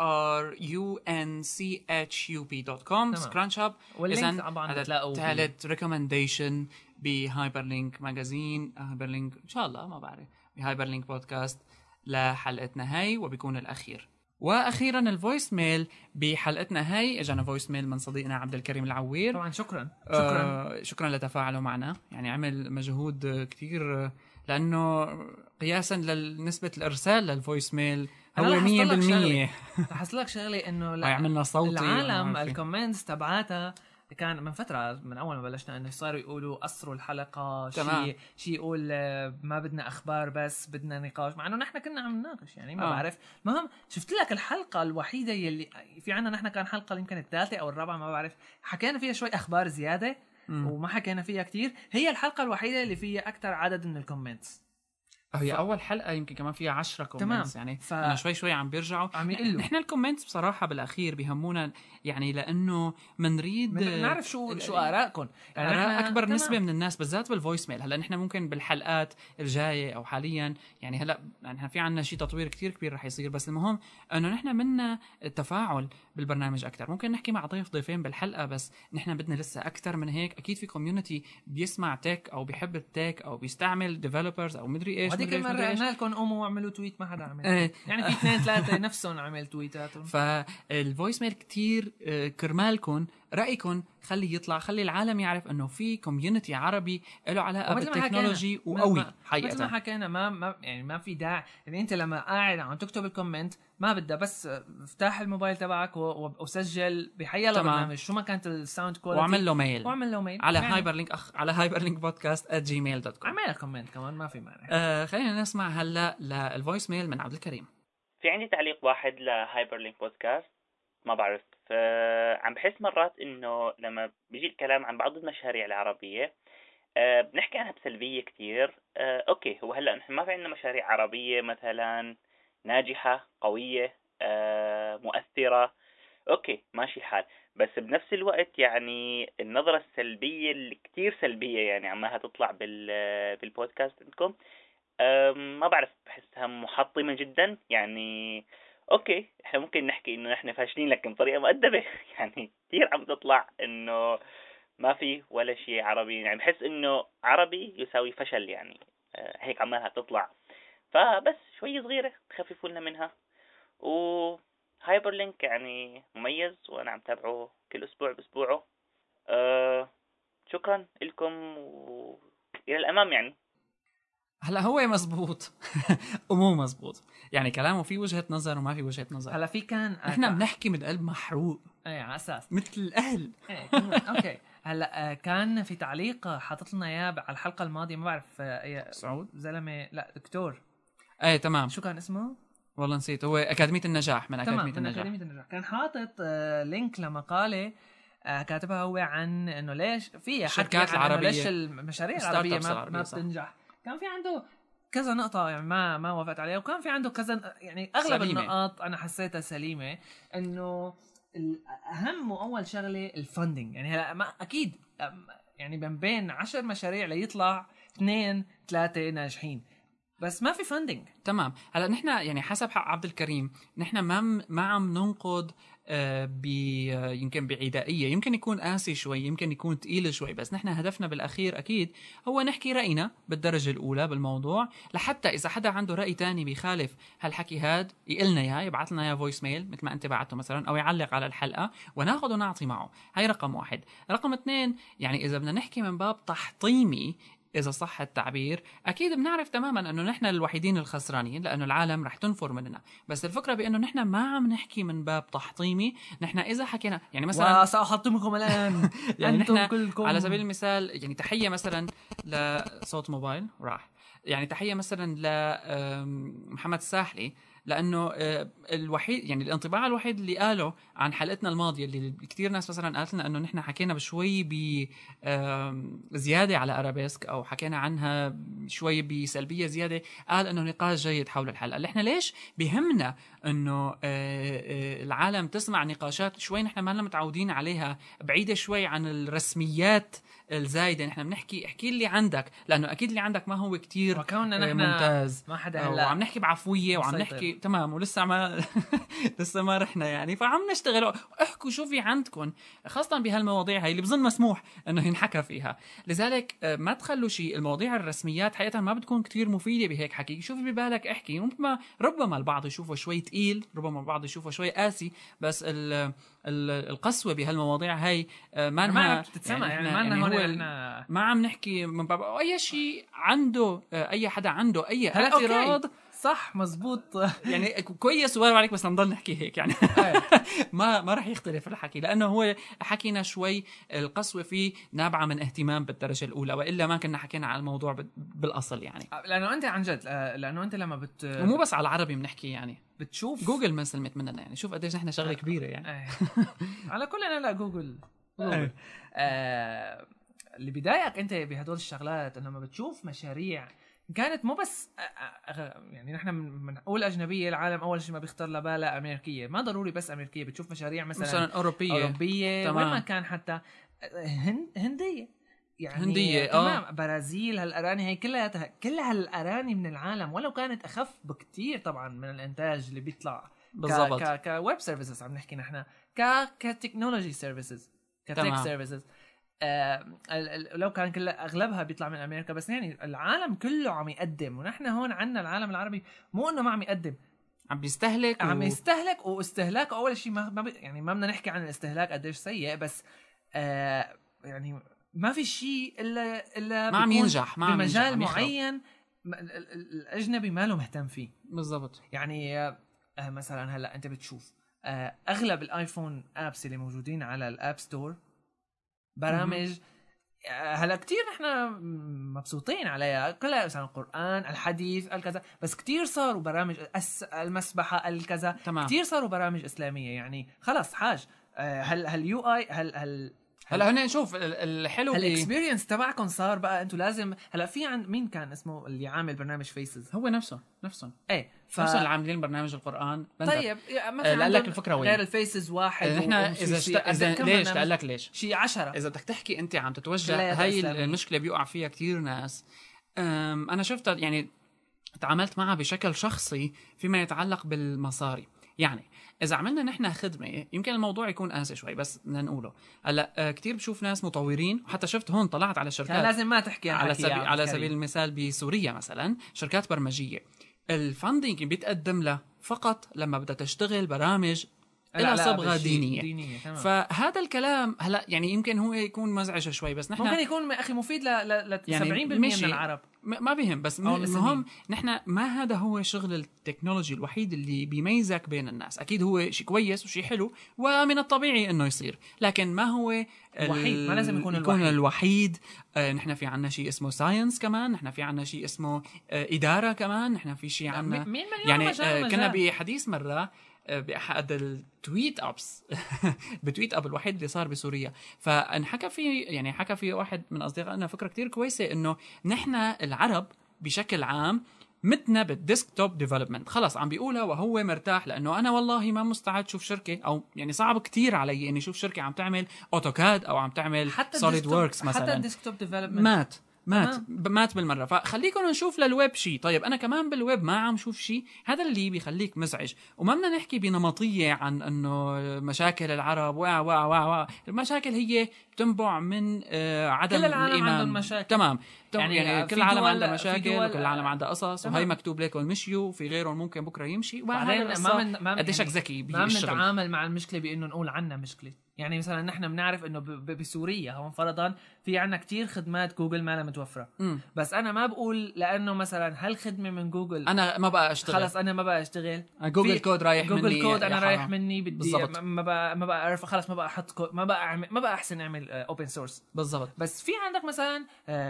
A: r u n c h u p دوت كوم سكران شوب
B: واللينك طبعاً بتلاقوه بال-
A: ثالث ريكومنديشن بهايبر لينك ماجازين هايبر لينك ان شاء الله ما بعرف بهايبر لينك بودكاست لحلقتنا هاي وبيكون الاخير واخيرا الفويس ميل بحلقتنا هاي اجانا فويس ميل من صديقنا عبد الكريم العوير
B: طبعا شكرا شكرا
A: شكرا شكرا لتفاعله معنا يعني عمل مجهود كثير لانه قياسا لنسبه الارسال للفويس ميل
B: أنا
A: هو 100%
B: لاحظت لك شغلة.
A: ما
B: رح أصل لك شغله انه لا-
A: عملنا صوتي
B: العالم
A: وما في.
B: الكومنتس تبعاتها كان من فترة من أول ما بلشنا إنه صاروا يقولوا قصروا الحلقة
A: تمام.
B: شيء شيء يقول آه، ما بدنا أخبار بس بدنا نقاش مع إنه نحن كنا عم نناقش يعني ما
A: آه.
B: آه. بعرف المهم شفت لك الحلقة الوحيدة يلي في عنا نحن كان حلقة يمكن الثالثة أو الرابعة ما بعرف حكينا فيها شوي أخبار زيادة
A: مم.
B: وما حكينا فيها كتير هي الحلقة الوحيدة اللي فيها أكثر عدد من الكومنتس
A: هي اول حلقه يمكن كمان فيها 10 كومنتس يعني
B: ف-
A: انا شوي شوي عم بيرجعوا
B: عم يقلوا.
A: نحن الكومنتس بصراحه بالاخير بهمونا يعني لانه منريد
B: من- نعرف شو
A: ال-
B: شو آرائكم
A: يعني
B: نحن-
A: اكبر
B: تمام.
A: نسبه من الناس بالذات بالفويس ميل هلا نحن ممكن بالحلقات الجايه او حاليا يعني هلا نحن في عنا شيء تطوير كتير كبير رح يصير بس المهم انه نحن منا التفاعل بالبرنامج اكثر ممكن نحكي مع ضيف ضيفين بالحلقه بس نحن بدنا لسه اكثر من هيك اكيد في كوميونتي بيسمع تك او بيحب التك او بيستعمل ديفلوبرز او مدري ايش
B: وهذيك
A: مدري إيش، مدري
B: المره
A: إيش.
B: قلنا لكم قوموا واعملوا تويت ما حدا عمل
A: إيه.
B: يعني في اثنين ثلاثه نفسهم عمل تويتاتهم
A: فالفويس ميل كتير آه، كرمالكن رايكم خلي يطلع خلي العالم يعرف انه في كوميونتي عربي له علاقه
B: ومثل ما حكينا،
A: بالتكنولوجي
B: ما-
A: وقوي
B: ما- مثل ما
A: حقيقه
B: حكينا ما ما يعني ما في داعي يعني انت لما قاعد عم تكتب الكومنت ما بدها بس افتح الموبايل تبعك و- و- وسجل بحيلا
A: تمام.
B: برنامج شو ما كانت الساوند كواليتي
A: واعمل له ميل
B: واعمل له ميل
A: على
B: يعني
A: هايبر لينك اخ على هايبر لينك بودكاست @جيميل دوت كوم
B: اعمل لها كومنت كمان ما في
A: أه.
B: مانع
A: آه، خلينا نسمع هلا للفويس ميل من عبد الكريم
C: في عندي تعليق واحد لهايبر لينك بودكاست ما بعرف آه، عم بحس مرات انه لما بيجي الكلام عن بعض المشاريع العربية آه، بنحكي عنها بسلبية كتير آه، اوكي هو هلا نحن ما في عندنا مشاريع عربية مثلا ناجحة قوية آه، مؤثرة اوكي ماشي الحال بس بنفس الوقت يعني النظرة السلبية اللي كتير سلبية يعني عمالها تطلع بال آه، بالبودكاست عندكم أم، ما بعرف بحسها محطمة جدا يعني اوكي احنا ممكن نحكي انه احنا فاشلين لكن بطريقة مؤدبة يعني كثير عم تطلع انه ما في ولا شيء عربي يعني بحس انه عربي يساوي فشل يعني أه، هيك عمالها تطلع فبس شوي صغيرة تخففوا لنا منها و هايبر لينك يعني مميز وانا عم تابعه كل اسبوع باسبوعه أه شكرا لكم والى الامام يعني
A: هلا هو مزبوط ومو مزبوط يعني كلامه في وجهه نظر وما في وجهه نظر
B: هلا في كان
A: نحن بنحكي من قلب محروق
B: ايه على اساس
A: مثل الاهل
B: إيه، كنا- اوكي هلا آه، كان في تعليق حاطط لنا اياه على الحلقه الماضيه ما بعرف آه، أي
A: سعود
B: زلمه لا دكتور
A: ايه تمام
B: شو كان اسمه؟
A: والله نسيت هو اكاديميه النجاح من
B: تمام
A: اكاديميه
B: من
A: النجاح
B: أكاديمية النجاح كان حاطط آه، لينك لمقالة آه، كاتبها هو عن انه ليش في حكي
A: الشركات
B: عن إنه
A: العربية.
B: ليش المشاريع
A: ال startups
B: العربية ما,
A: العربية،
B: ما
A: صح.
B: بتنجح كان في عنده كذا نقطة يعني ما ما وافقت عليها وكان في عنده كذا يعني اغلب
A: سليمة.
B: النقاط انا حسيتها سليمة انه ال- اهم واول شغلة الفندنج يعني هلا ما اكيد أم- يعني من بين عشر مشاريع ليطلع اثنين ثلاثة ناجحين بس ما في فندنج
A: تمام هلا نحن يعني حسب حق عبد الكريم نحن ما م- ما عم ننقد آه، ب آه، يمكن بعدائيه يمكن يكون قاسي شوي يمكن يكون ثقيل شوي بس نحن هدفنا بالاخير اكيد هو نحكي راينا بالدرجه الاولى بالموضوع لحتى اذا حدا عنده راي تاني بيخالف هالحكي هاد يقلنا اياه يبعث لنا اياه فويس ميل مثل ما انت بعته مثلا او يعلق على الحلقه وناخذ ونعطي معه هاي رقم واحد رقم اثنين يعني اذا بدنا نحكي من باب تحطيمي اذا صح التعبير اكيد بنعرف تماما انه نحن الوحيدين الخسرانين لانه العالم رح تنفر مننا بس الفكره بانه نحن ما عم نحكي من باب تحطيمي نحن اذا حكينا يعني مثلا
B: وسأحطمكم الآن
A: يعني
B: أنتم
A: نحن
B: كلكم
A: على سبيل المثال يعني تحيه مثلا لصوت موبايل راح يعني تحيه مثلا لمحمد الساحلي لانه آه، الوحيد يعني الانطباع الوحيد اللي قاله عن حلقتنا الماضيه اللي كثير ناس مثلا قالت لنا انه نحن حكينا بشوي ب آم، زياده على ارابيسك او حكينا عنها شوي بسلبيه زياده قال انه نقاش جيد حول الحلقه اللي احنا ليش بهمنا انه آه، آه، العالم تسمع نقاشات شوي نحن ما لنا متعودين عليها بعيده شوي عن الرسميات الزايده نحن بنحكي احكي اللي عندك لانه اكيد اللي عندك ما هو كتير
B: وكوننا
A: آه،
B: نحن
A: ممتاز
B: ما حدا
A: وعم
B: هلا
A: نحكي بعفويه وعم
B: مسيطر.
A: نحكي تمام ولسه ما لسه ما رحنا يعني فعم نشتغل احكوا شو في عندكم خاصه بهالمواضيع هاي اللي بظن مسموح انه ينحكى فيها لذلك آه، ما تخلوا شيء المواضيع الرسميات حقيقه ما بتكون كتير مفيده بهيك حكي شوف ببالك احكي ربما ربما البعض يشوفه شوي تقيل ربما البعض يشوفه شوي قاسي بس ال ال القسوه بهالمواضيع هاي آه، ما
B: ما
A: لها-
B: بتتسمع يعني,
A: نحن-
B: ما لنا هون
A: هو
B: احنا
A: ما عم نحكي من باب أو اي شيء عنده آه، اي حدا عنده اي
B: هلا أوكي.
A: اعتراض
B: صح مزبوط إيه.
A: يعني ك- كويس وارد عليك بس نضل نحكي هيك يعني ما ما رح يختلف الحكي لانه هو حكينا شوي القسوه فيه نابعه من اهتمام بالدرجه الاولى والا ما كنا حكينا على الموضوع بال- بالاصل يعني
B: لأنه أنت عن جد آه، لأنه أنت لما بت
A: ومو بس على العربي بنحكي يعني
B: بتشوف
A: جوجل ما سلمت مننا يعني شوف قديش نحن شغله كبيره يعني
B: إيه. على كل أنا لا جوجل جوجل
A: إيه.
B: آه، اللي بيضايقك أنت بهدول الشغلات إنه لما بتشوف مشاريع كانت مو بس آه، آه، يعني نحن من- بنقول اجنبيه العالم اول شيء ما بيخطر لبالها امريكيه ما ضروري بس امريكيه بتشوف مشاريع مثلا
A: مثلا اوروبيه
B: اوروبيه
A: تمام.
B: وين ما كان حتى هن- هنديه يعني
A: هندية، آه.
B: تمام برازيل هالاراني هي كلها كل هالاراني من العالم ولو كانت اخف بكتير طبعا من الانتاج اللي بيطلع
A: بالضبط
B: ك كويب سيرفيسز عم نحكي نحن ك كتكنولوجي سيرفيسز كتك
A: تمام.
B: سيرفيسز آه ال- ال- لو كان كل اغلبها بيطلع من امريكا بس يعني العالم كله عم يقدم ونحن هون عندنا العالم العربي مو انه ما عم يقدم
A: عم بيستهلك
B: عم
A: و-
B: يستهلك واستهلاكه اول شيء ما ما بي- يعني ما بدنا نحكي عن الاستهلاك قديش سيء بس آه يعني ما في شيء الا الا
A: ما عم
B: بيكون
A: ينجح ما عم ينجح
B: بمجال
A: عم يخرب.
B: معين ما- ال- ال- ال- الاجنبي ما له مهتم فيه
A: بالضبط
B: يعني آه، آه، مثلا هلا انت بتشوف آه، اغلب الايفون ابس اللي موجودين على الاب ستور برامج آه، هلا كتير نحن مبسوطين عليها كلها مثلا القران الحديث الكذا بس كتير صاروا برامج الس- المسبحه الكذا
A: تمام
B: كتير صاروا برامج اسلاميه يعني خلص حاج آه، هل هل يو اي هل هل
A: هلا هن شوف ال- الحلو بي...
B: الاكسبيرينس تبعكم صار بقى انتوا لازم هلا في عند مين كان اسمه اللي عامل برنامج فيسز
A: هو نفسه نفسه
B: ايه ف...
A: نفسه اللي عاملين برنامج القران بندر.
B: طيب يا-
A: آه،
B: مثلا
A: لقال لك
B: عندهم
A: الفكره وين
B: غير الفيسز واحد
A: آه، نحن اذا شت... اذا ليش لقال لك ليش
B: شيء 10
A: اذا بدك تحكي انت عم تتوجه
B: كلياتها
A: هاي
B: إسلامية.
A: المشكله بيقع فيها كتير ناس أم، انا شفتها يعني تعاملت معها بشكل شخصي فيما يتعلق بالمصاري يعني اذا عملنا نحن خدمه يمكن الموضوع يكون قاسي شوي بس بدنا نقوله هلا آه، كتير بشوف ناس مطورين وحتى شفت هون طلعت على
B: كان
A: شركات
B: لازم ما تحكي عن
A: على
B: حكي يا
A: سبيل
B: عبد
A: على
B: الكريم.
A: سبيل المثال بسوريا مثلا شركات برمجيه الفندنج بيتقدم لها فقط لما بدها تشتغل برامج
B: لا، لا،
A: لها صبغه
B: بشيء
A: دينيه
B: دينيه تمام.
A: فهذا الكلام هلا يعني يمكن هو يكون مزعج شوي بس نحن
B: ممكن يكون م- اخي مفيد ل ل- ل
A: يعني
B: 70%
A: مشي.
B: من العرب
A: م- ما بهم بس
B: أو
A: م- المهم نحن ما هذا هو شغل التكنولوجي الوحيد اللي بيميزك بين الناس اكيد هو شيء كويس وشيء حلو ومن الطبيعي انه يصير لكن ما هو ال-
B: الوحيد، ما لازم يكون
A: يكون
B: الوحيد.
A: الوحيد آه نحن في عنا شيء اسمه ساينس كمان نحن في عنا شيء اسمه آه اداره كمان نحن في شيء
B: م-
A: عنا
B: مين مليون
A: يعني
B: مجال
A: آه،
B: مجال.
A: كنا بحديث مره آه، باحد التويت ابس بتويت اب الوحيد اللي صار بسوريا فانحكى في يعني حكى في واحد من اصدقائنا فكره كتير كويسه انه نحن العرب بشكل عام متنا بالديسكتوب ديفلوبمنت خلص عم بيقولها وهو مرتاح لانه انا والله ما مستعد شوف شركه او يعني صعب كتير علي اني اشوف شركه عم تعمل اوتوكاد او عم تعمل
B: حتى
A: سوليد
B: الديسكتوب-
A: وركس مثلا
B: حتى الديسكتوب ديفلوبمنت
A: مات مات ب- مات بالمره فخليكم نشوف للويب شيء طيب انا كمان بالويب ما عم شوف شيء هذا اللي بيخليك مزعج وما بدنا نحكي بنمطيه عن انه مشاكل العرب وا وا وا وا المشاكل هي بتنبع من آه، عدم
B: كل العالم
A: الإيمان.
B: عندهم مشاكل.
A: تمام يعني,
B: يعني
A: يعني
B: في
A: كل العالم
B: دول-
A: عندها
B: في
A: مشاكل
B: دول-
A: وكل العالم عندها قصص
B: تمام.
A: وهي مكتوب لكم مشيوا وفي غيرهم ممكن بكره يمشي
B: بعدين
A: وهذا
B: ما من- ما من-
A: قديشك
B: يعني
A: ذكي
B: ما
A: بالشغل
B: بنتعامل مع المشكله بانه نقول عنا مشكله يعني مثلا نحن بنعرف انه ب- ب- بسوريا هون فرضا في عنا كتير خدمات جوجل ما لها متوفره
A: مم.
B: بس انا ما بقول لانه مثلا هالخدمه من جوجل
A: انا ما بقى اشتغل
B: خلص انا ما بقى اشتغل
A: جوجل
B: في-
A: كود رايح مني
B: جوجل كود
A: يا
B: انا
A: حرام.
B: رايح مني بدي
A: بالضبط.
B: ما- ما بقى ما بقى اعرف خلص ما بقى احط كود ما بقى اعمل ما بقى احسن اعمل اوبن سورس
A: بالضبط
B: بس في عندك مثلا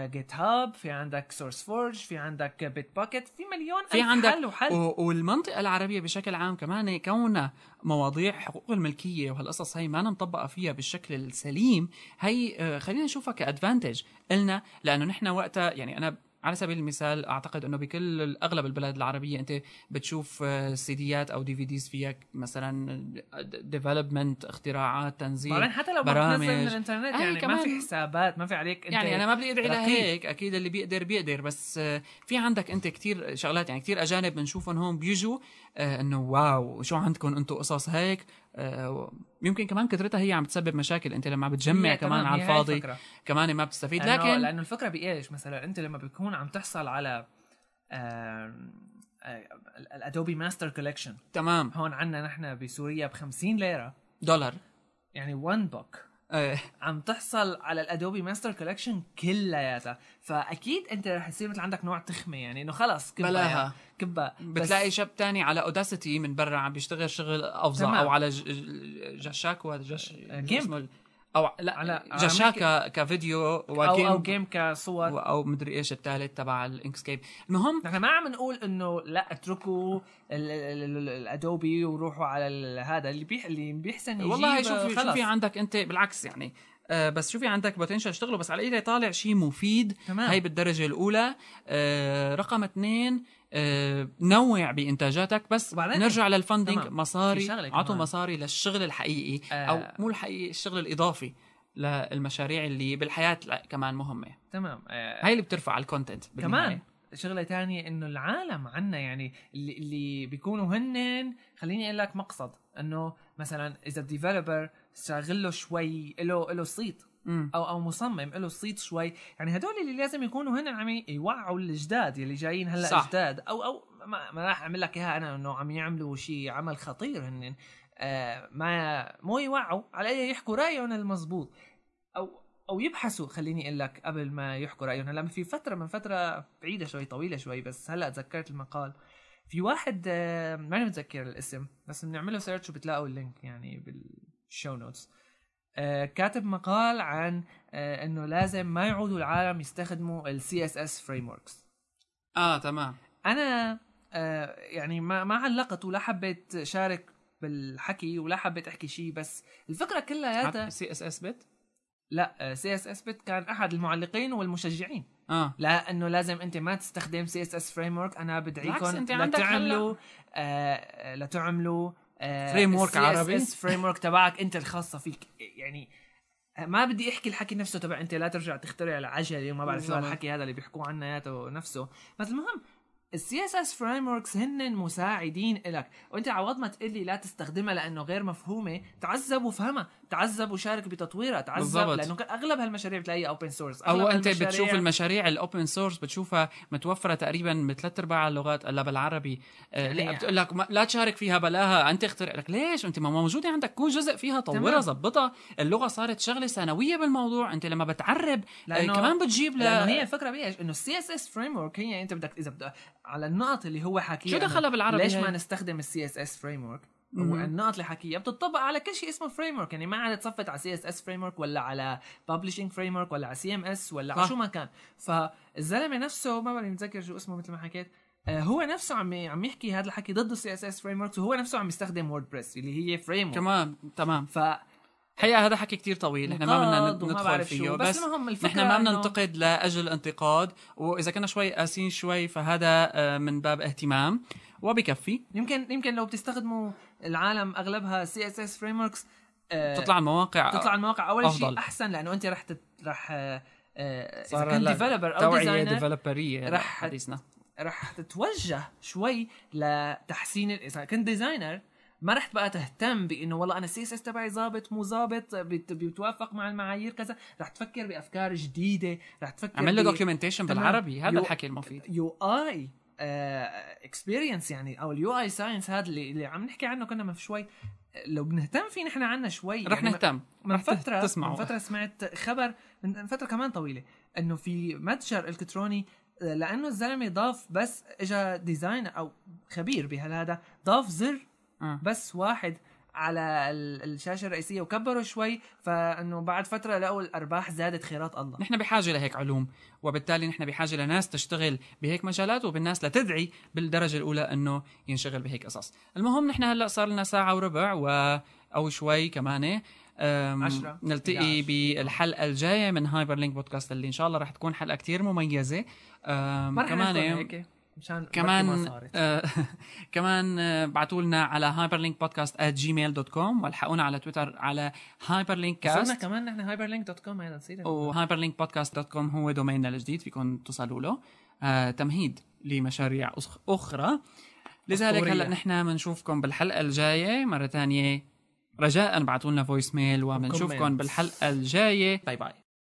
B: جيت هاب في عندك سورس فورج في عندك بيت باكيت في مليون
A: في
B: ألف
A: عندك
B: حل وحل
A: و- والمنطقة العربية بشكل عام كمان كونها مواضيع حقوق الملكية وهالقصص هي ما مطبقة فيها بالشكل السليم هي آه، خلينا نشوفها كأدفانتج إلنا لأنه نحن وقتها يعني أنا على سبيل المثال اعتقد انه بكل اغلب البلاد العربيه انت بتشوف آه، سيديات او دي في ديز فيها مثلا ديفلوبمنت اختراعات
B: بعدين
A: تنزيل
B: حتى لو
A: برامج.
B: برامج من الانترنت
A: أي
B: يعني ما
A: كمان.
B: في حسابات ما في عليك انت
A: يعني انا ما بدي ادعي
B: رقيق.
A: لهيك اكيد اللي بيقدر بيقدر بس آه، في عندك انت كتير شغلات يعني كتير اجانب بنشوفهم هون بيجوا آه، انه واو شو عندكم انتم قصص هيك آه، يمكن كمان كثرتها هي عم تسبب مشاكل انت لما بتجمع
B: هي
A: كمان على
B: هي هاي
A: الفاضي
B: الفكرة.
A: كمان ما بتستفيد
B: لأنه-
A: لكن
B: لانه الفكره بايش مثلا انت لما بتكون عم تحصل على آم، آه، الادوبي ماستر كولكشن
A: تمام
B: هون عندنا نحن بسوريا ب 50 ليره
A: دولار
B: يعني 1 بوك
A: آه،
B: عم تحصل على الادوبي ماستر كولكشن كلياتها فاكيد انت رح يصير مثل عندك نوع تخمه يعني انه خلص كبها
A: بلاها.
B: كبها
A: بتلاقي شاب تاني على اوداسيتي من برا عم بيشتغل شغل افظع
B: تمام.
A: او على ج- ج- جشاكو هذا جش
B: آه،
A: شو اسمه ال- او لا
B: على-
A: على
B: على
A: جشاكا كفيديو
B: او
A: وجيم
B: او جيم كصور
A: او مدري ايش الثالث تبع الانكسكيب المهم
B: نحن ما عم نقول انه لا اتركوا ال- ال- ال- ال- الادوبي وروحوا على ال- هذا اللي بيح اللي بيحسن يجيب آه،
A: والله شوفي
B: خلص.
A: شوفي عندك انت بالعكس يعني آه، بس شوفي عندك بوتنشل اشتغله بس على الاقل طالع شيء مفيد
B: تمام.
A: هاي بالدرجه الاولى آه، رقم اثنين آه، نوع بانتاجاتك بس
B: وبعدين-
A: نرجع للفندنج
B: تمام. في
A: مصاري
B: شغلة كمان.
A: اعطوا مصاري للشغل الحقيقي
B: آه.
A: او مو الحقيقي الشغل الاضافي للمشاريع اللي بالحياه لا- كمان مهمه
B: تمام آه
A: هاي اللي بترفع الكونتنت
B: كمان شغله تانية انه العالم عنا يعني اللي, اللي بيكونوا هن خليني اقول لك مقصد انه مثلا اذا الديفلوبر شاغل له شوي له له صيت او او مصمم له صيت شوي يعني هدول اللي لازم يكونوا هن عم يوعوا الجداد اللي جايين هلا
A: صح.
B: جداد او او ما, ما راح اعمل لك اياها انا انه عم يعملوا شيء عمل خطير هن آه ما مو يوعوا على اي يحكوا رايهم المزبوط او او يبحثوا خليني اقول لك قبل ما يحكوا رايهم هلا في فتره من فتره بعيده شوي طويله شوي بس هلا تذكرت المقال في واحد آه، ماني متذكر الاسم بس بنعمله سيرش وبتلاقوا اللينك يعني بالشو نوتس آه، كاتب مقال عن آه، انه لازم ما يعودوا العالم يستخدموا السي اس اس فريم وركس
A: اه تمام
B: انا آه، يعني ما ما علقت ولا حبيت شارك بالحكي ولا حبيت احكي شيء بس الفكره كلها
A: سي اس اس بت
B: لا آه، سي اس اس بت كان احد المعلقين والمشجعين
A: اه
B: لا انه لازم انت ما تستخدم سي اس اس فريم ورك انا بدعيكم
A: بالعكس، أنت عندك
B: لتعملوا آه لتعملوا آه،
A: Framework عربي.
B: فريم ورك تبعك انت الخاصه فيك يعني ما بدي احكي الحكي نفسه تبع انت لا ترجع تخترع العجله وما بعرف شو
A: بالضبط.
B: الحكي هذا اللي بيحكوه عنه ياته نفسه بس المهم السي اس اس فريم وركس هن مساعدين لك وانت عوض ما تقول لي لا تستخدمها لانه غير مفهومه تعذب وافهمها تعذب وشارك بتطويرها تعذب
A: بالضبط.
B: لانه اغلب هالمشاريع بتلاقيها اوبن سورس
A: او انت بتشوف المشاريع الاوبن سورس بتشوفها متوفره تقريبا بثلاث ارباع اللغات الا بالعربي آه، لا
B: يعني-
A: بتقول لك ما- لا تشارك فيها بلاها انت اخترع لك ليش انت ما موجوده عندك كون جزء فيها طورها
B: تمام.
A: زبطها اللغه صارت شغله ثانويه بالموضوع انت لما بتعرب آه،
B: لأنه-
A: كمان بتجيب
B: لانه
A: ل
B: هي الفكره بايش انه السي اس اس فريم ورك هي انت بدك اذا بدك على النقط اللي هو حكيها
A: شو
B: إنه
A: دخلها بالعربي
B: ليش
A: هي؟
B: ما نستخدم السي اس اس فريم ورك
A: مهم.
B: والنقط اللي حكيها بتطبق على كل شيء اسمه فريم ورك يعني ما عاد تصفت على سي اس اس فريم ورك ولا على ببلشنج فريم ورك ولا على سي ام اس ولا على
A: صح.
B: شو ما كان فالزلمه نفسه ما بعرف متذكر شو اسمه مثل ما حكيت آه، هو نفسه عم عم يحكي هذا الحكي ضد السي اس اس فريم ورك وهو نفسه عم يستخدم ووردبريس اللي هي فريم ورك
A: كمان تمام
B: ف
A: حقيقه هذا حكي كتير طويل احنا ما بدنا
B: نقاض وما
A: ندخل
B: بعرف شو،
A: فيه
B: بس
A: بس
B: المهم الفكرة
A: نحن ما
B: إنه-
A: بننتقد لاجل الانتقاد واذا كنا شوي قاسيين شوي فهذا آه، من باب اهتمام وبكفي
B: يمكن يمكن لو بتستخدموا العالم اغلبها سي اس اس فريم وركس
A: تطلع المواقع
B: آه، تطلع المواقع اول شيء
A: أفضل.
B: احسن لانه انت رح تت... رح آه، آه، اذا
A: صار
B: كنت
A: هلا
B: ديفلوبر او
A: توعيه
B: ديزاينر
A: ديفلوبريه
B: رح-
A: رح يعني. حديثنا
B: رح تتوجه شوي لتحسين ال- اذا كنت ديزاينر ما رح تبقى تهتم بانه والله انا السي اس اس تبعي ظابط مو ظابط بت- بيتوافق مع المعايير كذا رح تفكر بافكار جديده رح تفكر
A: عمل له
B: ب-
A: دوكيومنتيشن
B: تمام.
A: بالعربي هذا
B: يو-
A: الحكي المفيد
B: يو اي اكسبيرينس آه، يعني او اليو اي ساينس هذا اللي, اللي عم نحكي عنه كنا من شوي لو بنهتم فيه نحن عنا شوي
A: رح
B: يعني
A: نهتم
B: من فتره
A: تسمعوا.
B: من فتره سمعت خبر من فتره كمان طويله انه في متجر الكتروني آه، لانه الزلمه ضاف بس اجى ديزاين او خبير بهالهذا ضاف زر
A: آه.
B: بس واحد على ال- الشاشه الرئيسيه وكبره شوي فانه بعد فتره لقوا الارباح زادت خيرات الله
A: نحن بحاجه لهيك علوم وبالتالي نحن بحاجه لناس تشتغل بهيك مجالات وبالناس لتدعي بالدرجه الاولى انه ينشغل بهيك قصص المهم نحن هلا صار لنا ساعه وربع و او شوي كمان أم،
B: عشرة.
A: نلتقي
B: إحدى عشر.
A: بالحلقه الجايه من هايبر لينك بودكاست اللي ان شاء الله رح تكون حلقه كتير مميزه أم،
B: ما رح
A: كمان
B: ناخذ هيك مشان بركي ما
A: كمان
B: صارت.
A: آه كمان آه، بعتوا لنا على hyperlinkpodcast@gmail.com والحقونا على تويتر على
B: صرنا
A: hyperlinkcast
B: كمان نحن هايبر لينك دوت كوم هذا نسيت
A: وهايبرلينكبودكاست.com هو دوميننا الجديد فيكم توصلوا له آه تمهيد لمشاريع أخ- أخرى لذلك
B: أسطورية.
A: هلا نحن بنشوفكم بالحلقة الجاية مرة تانية رجاء ابعتوا لنا فويس ميل وبنشوفكم
B: وكومنت.
A: بالحلقة الجاية
B: باي باي